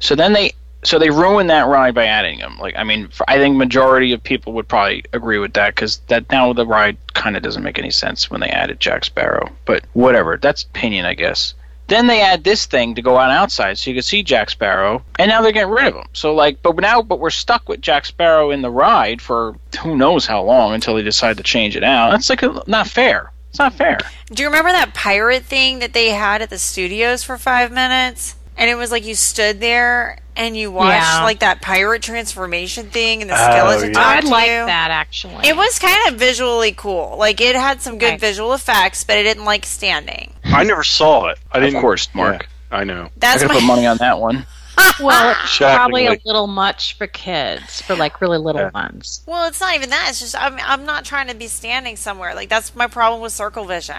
S5: So then they so they ruined that ride by adding him. Like, I mean, for, I think majority of people would probably agree with that because that now the ride kind of doesn't make any sense when they added Jack Sparrow. But whatever, that's opinion, I guess. Then they add this thing to go on outside, so you can see Jack Sparrow, and now they're getting rid of him. So like, but now, but we're stuck with Jack Sparrow in the ride for who knows how long until they decide to change it out. That's like a, not fair. It's not fair.
S2: Do you remember that pirate thing that they had at the studios for five minutes? And it was like you stood there and you watched
S4: Yeah.
S2: like that pirate transformation thing and the
S1: Oh,
S2: skeleton.
S1: yeah.
S2: talked
S4: I'd
S2: to
S4: like
S2: you.
S4: that actually.
S2: It was kind of visually cool. Like it had some good
S4: Right.
S2: visual effects, but it didn't like standing.
S1: I never saw it. I didn't.
S5: Of course, Mark.
S1: Yeah, I know.
S5: I'm
S2: That's
S5: gonna
S2: my
S5: put money on that one.
S4: well, it's probably a
S1: Shockingly.
S4: little much for kids, for like really little
S1: Yeah.
S4: ones.
S2: well. It's not even that. It's just I'm I'm not trying to be standing somewhere. Like that's my problem with circle vision.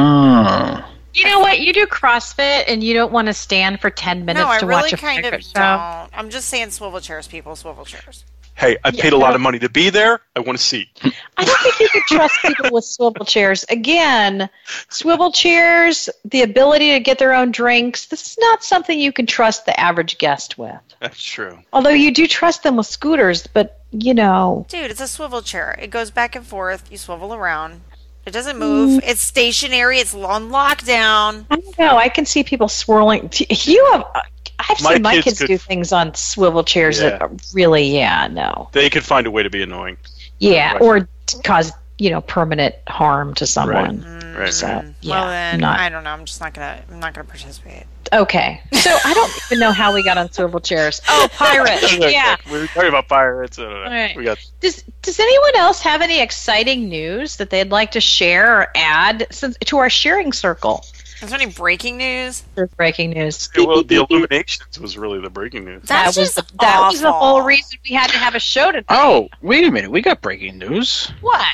S5: Oh.
S4: You know what? You do CrossFit and you don't want to stand for 10 minutes
S2: No, I
S4: to
S2: really
S4: watch a
S2: kind of
S4: favorite
S2: don't.
S4: show.
S2: I'm just saying swivel chairs, people. Swivel chairs.
S1: Hey, I paid a lot of money to be there. I want to see.
S4: I don't think you could trust people with swivel chairs. Again, swivel chairs, the ability to get their own drinks, this is not something you can trust the average guest with.
S1: That's true.
S4: Although you do trust them with scooters, but you know,
S2: Dude, it's a swivel chair. It goes back and forth. You swivel around. It doesn't
S4: Mm.
S2: move. It's stationary. It's on lockdown.
S4: I don't know. I can see people swirling. You have. I've
S1: My
S4: seen my
S1: kids
S4: kids,
S1: could-
S4: do things on swivel chairs that
S1: Yeah.
S4: are really, yeah, no,
S1: They could find a way to be annoying.
S4: yeah,
S1: Right.
S4: or t- cause you know permanent harm to someone.
S2: Mm.
S1: Right.
S4: So yeah,
S2: well, then
S4: not-
S2: I don't know. I'm just not gonna. I'm not gonna participate.
S4: okay. So I don't even know how we got on swivel chairs. Oh, pirate. yeah.
S1: We were talking about pirates. And, uh,
S4: Right.
S1: We got
S4: Does Does anyone else have any exciting news that they'd like to share or add since, to our sharing circle?
S2: Is there any breaking news?
S4: There's breaking news.
S1: well, the illuminations was really the breaking news.
S2: That's
S4: that was
S2: just
S4: the, that was the whole
S2: awful.
S4: reason we had to have a show tonight.
S5: Oh, wait a minute. We got breaking news.
S4: What?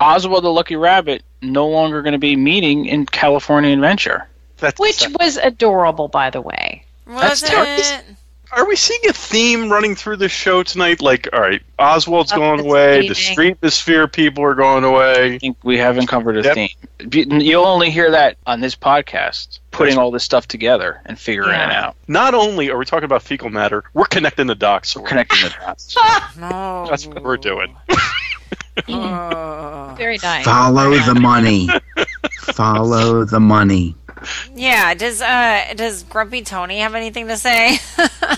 S5: Oswald the Lucky Rabbit no longer going to be meeting in California Adventure.
S1: That's
S4: Which was adorable, by the way.
S2: Was
S5: That's terrible.
S2: it?
S1: are we seeing a theme running through the show tonight? Like, all right, Oswald's
S4: Oh,
S1: going
S4: it's
S1: away. The
S4: leaving.
S1: streetmosphere people are going away.
S5: I think we haven't covered a
S1: Yep.
S5: theme. Be- You'll only hear that on this podcast, putting all this stuff together and figuring it
S4: Yeah.
S5: out,
S1: Not only are we talking about fecal matter, we're connecting the dots. So we're-
S5: connecting the dots.
S2: Ah. No.
S1: That's what we're doing.
S2: Ugh.
S4: Very nice.
S3: Follow the money. Follow the money.
S2: yeah. Does uh does Grumpy Tony have anything to say?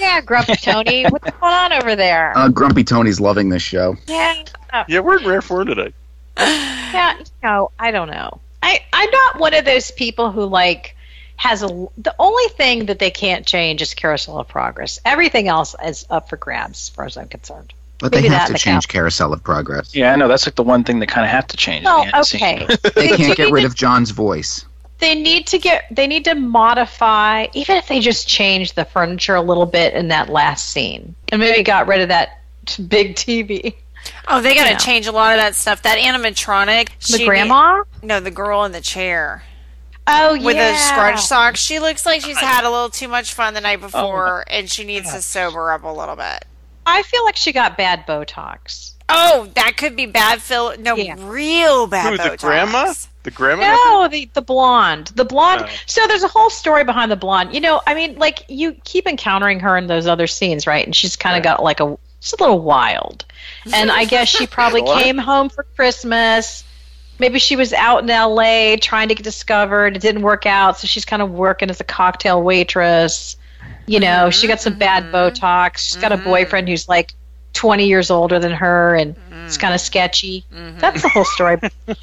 S4: yeah, Grumpy Tony, what's going on over there?
S3: Uh, Grumpy Tony's loving this show.
S4: yeah.
S1: Yeah, we're in rare form today.
S4: Yeah, you know, I don't know. I I'm not one of those people who like has a. The only thing that they can't change is Carousel of Progress. Everything else is up for grabs, as far as I'm concerned.
S3: But they
S4: Maybe
S3: have
S4: that
S3: to
S4: and the
S3: change
S4: cap.
S3: Carousel of Progress.
S5: Yeah, I know. That's like the one thing they kind of have to change. at
S4: Well,
S5: the end scene.
S4: Oh, okay.
S3: They
S4: do
S3: can't get
S4: need
S3: rid
S4: to-
S3: of John's voice.
S4: They need to get. They need to modify, even if they just change the furniture a little bit in that last scene, and maybe got rid of that t- big TV.
S2: Oh, they got to
S4: Yeah.
S2: change a lot of that stuff. That animatronic,
S4: The
S2: she-
S4: grandma.
S2: no, the girl in the chair
S4: Oh yeah. Oh
S2: with the scrunch socks. She looks like she's had a little too much fun the night before, and she needs to sober up a little bit.
S4: I feel like she got bad Botox.
S2: Oh, that could be bad. Phil, no,
S4: Yeah.
S2: real bad.
S1: Who, the
S2: Botox.
S1: grandma? The grandma?
S4: No, the, the blonde. The blonde.
S1: Oh.
S4: So there's a whole story behind the blonde. You know, I mean, like you keep encountering her in those other scenes, right? And she's kind of got like a she's a little wild. And I guess she probably
S1: What?
S4: came home for Christmas. Maybe she was out in LA trying to get discovered. It didn't work out, so she's kind of working as a cocktail waitress. You know, she got some bad Botox. She's got a boyfriend who's like 20 years older than her, and it's kind of sketchy. That's the whole story.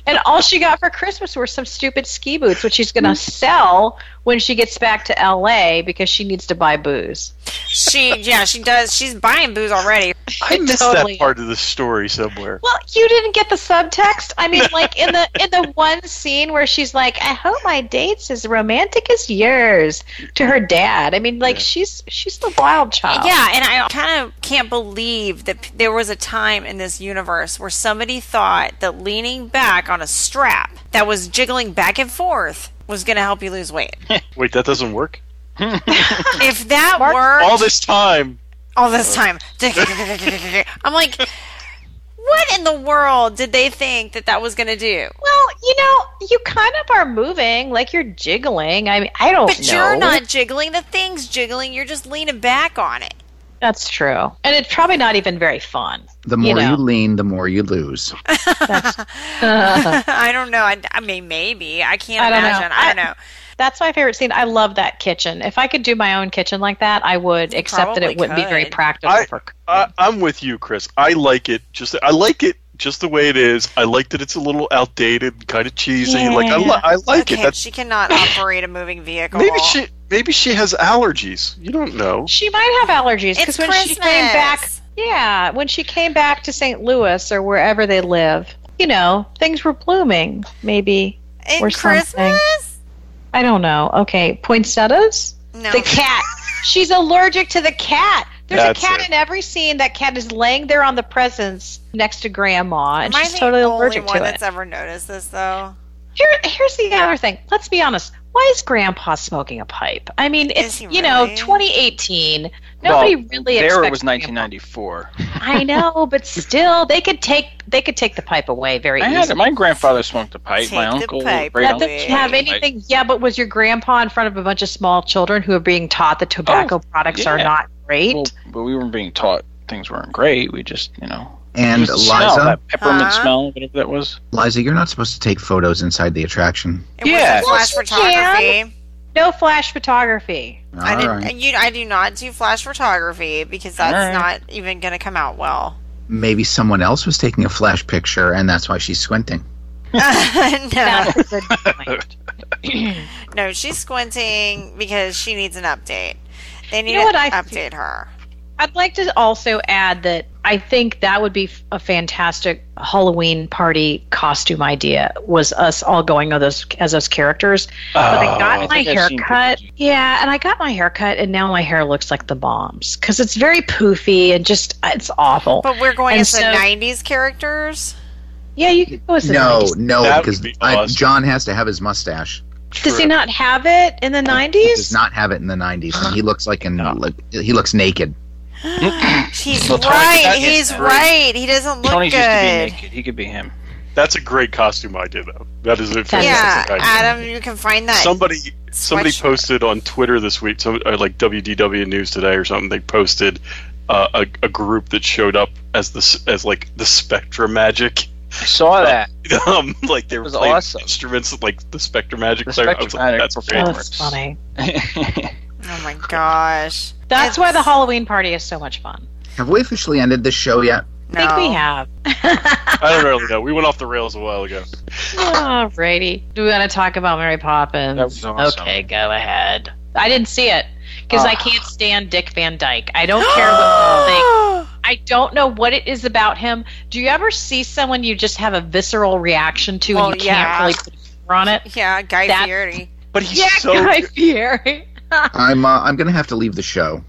S4: and all she got for Christmas were some stupid ski boots, which she's going to sell when she gets back to LA because she needs to buy booze.
S2: She, yeah, she does. She's buying booze already.
S1: I missed
S4: Totally.
S1: that part of the story somewhere.
S4: Well, you didn't get the subtext. I mean, like in the in the one scene where she's like, "I hope my date's as romantic as yours," to her dad. I mean, like she's she's the wild child.
S2: Yeah, and I kind of can't believe that p- there was a time in this universe where somebody thought that leaning back on a strap that was jiggling back and forth was going to help you lose weight.
S1: Wait, that doesn't work?
S2: if that
S4: Mark-
S2: worked all,
S1: All this time.
S2: this time, I'm like, what in the world did they think that that was going to do?
S4: Well, you know, you kind of are moving, like you're jiggling. I mean, I don't
S2: But
S4: know.
S2: you're not jiggling. The thing's jiggling. You're just leaning back on it.
S4: That's true, and it's probably not even very fun.
S3: The more you,
S4: know.
S3: lean, the more you lose.
S2: Uh-huh. I don't know. I, I mean, maybe. I can't
S4: I don't know.
S2: imagine. I don't
S4: I-
S2: know.
S4: That's my favorite scene. I love that kitchen. If I could do my own kitchen like that, I would, except that
S2: probably
S4: it wouldn't be very
S2: could.
S4: practical
S1: I-
S4: for.
S1: I, I'm with you, Chris. I like it. Just I like it just the way it is. I like that it's a little outdated, kind of cheesy. Like I, li- I like
S2: okay,
S1: it. That's
S2: she cannot operate a moving vehicle.
S1: maybe she maybe she has allergies. You don't know.
S4: She might have allergies
S2: It's
S4: because when she
S2: Christmas.
S4: came back, yeah, when she came back to St. Louis or wherever they live, you know, things were blooming. Maybe
S2: In
S4: or
S2: Christmas?
S4: something. I don't know. Okay, poinsettias.
S2: No.
S4: The cat. She's allergic to the cat. There's
S1: That's
S4: a cat
S1: it.
S4: in every scene. That cat is laying there on the presents next to Grandma, and
S2: Am I
S4: she's
S2: the
S4: totally
S2: only
S4: allergic
S2: one
S4: to it.
S2: that's ever noticed this though?
S4: Here, here's the other thing. Let's be honest. Why is Grandpa smoking a pipe? I mean, it's
S2: he
S4: you know
S2: really?
S4: 2018. Nobody
S5: Well,
S4: really
S5: there
S4: expects
S5: it was
S4: Grandpa.
S5: 1994.
S4: I know, but still, they could take they could take the pipe away very
S5: I
S4: easily.
S5: had my grandfather smoked a pipe. my
S2: Take the
S5: uncle,
S2: pipe
S5: great
S2: away.
S4: Not
S5: uncle
S4: that
S2: away.
S4: you have
S5: smoked a pipe.
S4: anything. Yeah, but was your grandpa in front of a bunch of small children who are being taught that tobacco products are
S5: Oh, yeah.
S4: not great?
S5: Well, but we weren't being taught things weren't great. We just, you know,
S3: And
S5: just the smell,
S3: Liza,
S5: that peppermint
S2: Huh?
S5: smell, whatever that was.
S3: Liza, you're not supposed to take photos inside the attraction.
S2: It
S5: Yeah.
S2: wasn't flash
S4: Yes, you
S2: photography.
S4: no flash photography.
S3: All
S2: I didn't.
S3: right.
S2: You, I do not do flash photography because that's
S5: All right.
S2: not even going to come out well.
S3: Maybe someone else was taking a flash picture, and that's why she's squinting.
S2: no,
S4: That's a good point.
S2: no, she's squinting because she needs an update. They need
S4: know what
S2: to
S4: I
S2: update
S4: think?
S2: her.
S4: I'd like to also add that I think that would be f- a fantastic Halloween party costume idea. Was us all going as those as those characters? but I got
S5: Oh, I
S4: my
S5: think I've seen
S4: haircut.
S5: pictures.
S4: Yeah, and I got my haircut, and now my hair looks like the bombs because it's very poofy and just it's awful.
S2: But we're going
S4: And
S2: as the
S4: so-
S2: '90s characters.
S4: yeah, you could go as the
S3: No,
S4: 90s.
S3: no,
S1: That
S3: because
S1: would be
S3: I-
S1: awesome.
S3: John has to have his mustache.
S4: Does he not have it in the
S3: He does
S4: nineties?
S3: not have it in the '90s. He looks like an like, he looks naked.
S2: He's
S5: Well, Tony,
S2: right.
S5: that is
S2: He's
S5: great.
S2: right. He doesn't look
S5: Tony's used to be
S2: good.
S5: naked. He could be him.
S1: That's a great costume idea, though. That is a fantastic
S2: Yeah,
S1: idea.
S2: Adam, you can find that.
S1: somebody somebody
S2: sweatshirt.
S1: posted on Twitter this week, some or like WDW News today or something. They posted uh, a, a group that showed up as this as like the Spectra Magic,
S5: I saw that.
S1: um, like they were
S5: was
S1: playing
S5: awesome.
S1: instruments that, like the Spectra Magic.
S5: The
S1: player. I
S5: Spectra
S1: was like,
S5: Magic
S1: that's
S4: Oh,
S1: great.
S5: performance.
S4: that's funny.
S2: oh my gosh.
S4: That's why the
S2: It's-
S4: Halloween party is so much fun.
S3: Have we officially ended this show yet?
S4: I think we have.
S1: I don't really know. We went off the rails a while ago.
S4: Alrighty. Do we want to talk about Mary Poppins?
S5: That was awesome.
S4: Okay, go ahead. I didn't see it because
S1: Oh.
S4: I
S5: Ah.
S4: can't stand Dick Van Dyke. I don't care what people think. I don't know what it is about him. Do you ever see someone you just have a visceral reaction to
S2: Well,
S4: and you
S2: yeah.
S4: can't really put a finger on it?
S2: Yeah, Guy
S4: That's-
S2: Fieri.
S1: But he's
S4: yeah,
S1: so
S4: Guy Fieri.
S3: I'm uh, I'm gonna have to leave the show.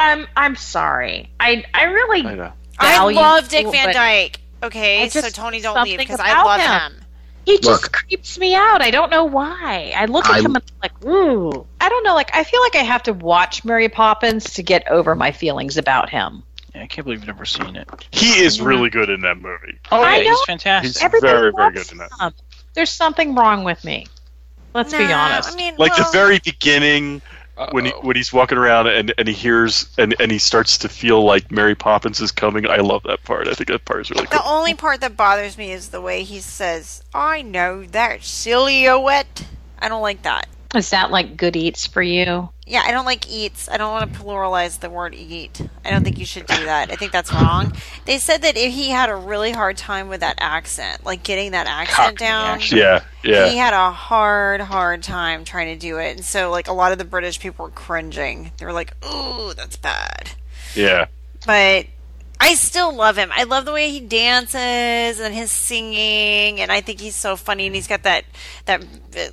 S4: I'm I'm sorry. I I really
S1: I know.
S2: I
S4: value
S2: love Dick
S4: too,
S2: Van
S4: but
S2: Dyke. Okay,
S4: I
S2: so
S4: just-
S2: Tony, don't
S4: something
S2: leave because I
S4: about
S2: love
S4: him.
S2: him.
S4: He just
S3: Look.
S4: creeps me out. I don't know why. I look at
S3: I-
S4: him and I'm like, ooh. I don't know. Like I feel like I have to watch Mary Poppins to get over my feelings about him.
S5: Yeah, I can't believe you've never seen it.
S1: He is really good in that movie.
S5: Oh,
S4: I
S5: yeah,
S4: know.
S5: he's fantastic.
S1: He's-
S4: Everybody
S1: very, very
S4: loves
S1: good in
S4: him. There's something wrong with me. Let's be
S2: Nah,
S4: honest.
S2: I mean,
S1: Like the
S2: well,
S1: very beginning when he,
S5: Uh-oh.
S1: when he's walking around and, and he hears and, and he starts to feel like Mary Poppins is coming. I love that part. I think that part is really
S2: the
S1: cool.
S2: only part that bothers me is the way he says, "I know that silhouette." I don't like that.
S4: Is that like good eats for you?
S2: Yeah, I don't like eats. I don't want to pluralize the word eat. I don't think you should do that. I think that's wrong. They said that if he had a really hard time with that accent, like getting that accent
S5: Cockney
S2: down.
S5: accent.
S1: Yeah,
S2: He
S1: yeah.
S2: had a hard, hard time trying to do it. And so, like, a lot of the British people were cringing. They were like, ooh, that's bad.
S1: Yeah.
S2: But I still love him. I love the way he dances and his singing. And I think he's so funny. And he's got that, that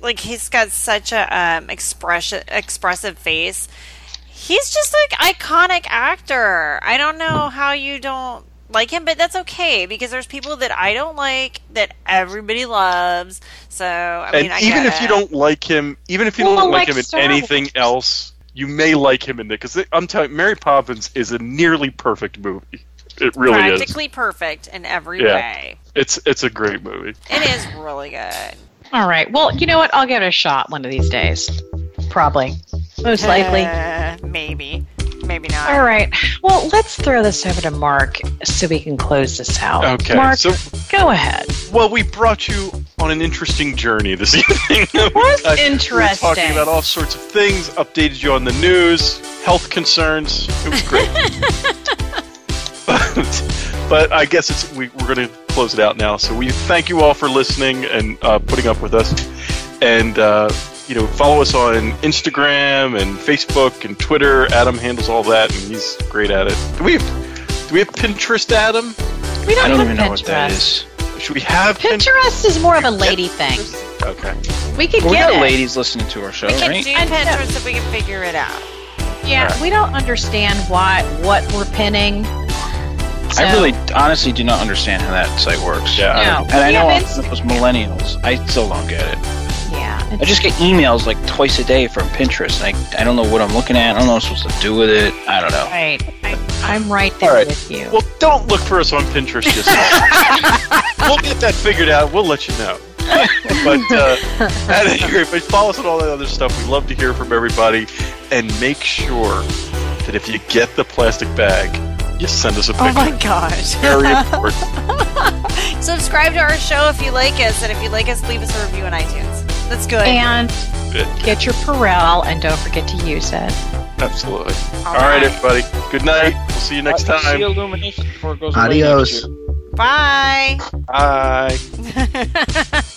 S2: like, he's got such a um, expression, expressive face. He's just like iconic actor. I don't know how you don't like him, but that's okay because there's people that I don't like that everybody loves. So I mean,
S1: and
S2: I
S1: even
S2: get
S1: if
S2: it.
S1: you don't like him, even if you
S4: Well,
S1: don't like,
S4: like
S1: him in
S4: Star
S1: anything
S4: Wars.
S1: else, you may like him in there because I'm telling Mary Poppins is a nearly perfect movie. It really is.
S2: practically perfect in every
S1: Yeah.
S2: way.
S1: It's it's a great movie.
S2: It is really good.
S4: All right. Well, you know what? I'll give it a shot one of these days. Probably. Most likely.
S2: Uh, maybe, maybe not.
S4: All right. Well, let's throw this over to Mark so we can close this out.
S1: Okay,
S4: Mark,
S1: so
S4: go ahead.
S1: well, we brought you on an interesting journey this evening.
S4: was
S1: Uh,
S4: interesting.
S1: We were talking about all sorts of things, updated you on the news, health concerns. It was great. but, but I guess it's we, we're going to close it out now. So we thank you all for listening and uh, putting up with us. And uh, you know, follow us on Instagram and Facebook and Twitter. Adam handles all that, and he's great at it. Do we have, do we have Pinterest, Adam?
S4: We don't,
S5: I don't
S4: have
S5: even
S4: Pinterest.
S5: know what that is.
S1: Should we have
S4: Pinterest is more of a lady thing.
S1: Pinterest? Okay.
S4: We could
S5: Well, we
S4: get
S5: got
S4: it.
S5: ladies listening to our show,
S2: we can
S5: right?
S2: do
S4: I know.
S2: Pinterest if we can figure it out.
S4: Yeah, we don't understand why what we're pinning. So-
S5: I really, honestly, do not understand how that site works.
S1: Yeah. I don't
S4: No.
S1: know.
S5: And I
S4: We
S5: know
S4: have
S5: I'm one of those millennials. I still don't get it.
S4: Yeah.
S5: I just get emails like twice a day from Pinterest. And I, I don't know what I'm looking at. I don't know what I'm supposed to do with it. I don't know.
S4: Right. I, I'm right there
S1: All right.
S4: with you.
S1: Well, don't look for us on Pinterest just yet. we'll get that figured out. We'll let you know. but uh, at any rate, but follow us on all that other stuff. We love to hear from everybody, and make sure that if you get the plastic bag, you send us a picture.
S2: Oh my gosh!
S1: Very important.
S2: Subscribe to our show if you like us, and if you like us, leave us a review on iTunes. That's good.
S4: and
S1: Good.
S4: get your Perel and don't forget to use it.
S1: Absolutely.
S2: All
S1: all right.
S2: right.
S1: everybody. Good night. We'll see you next
S5: Uh, see
S1: time.
S5: Illumination before it goes away next
S3: Adios.
S5: year.
S2: Bye.
S1: Bye.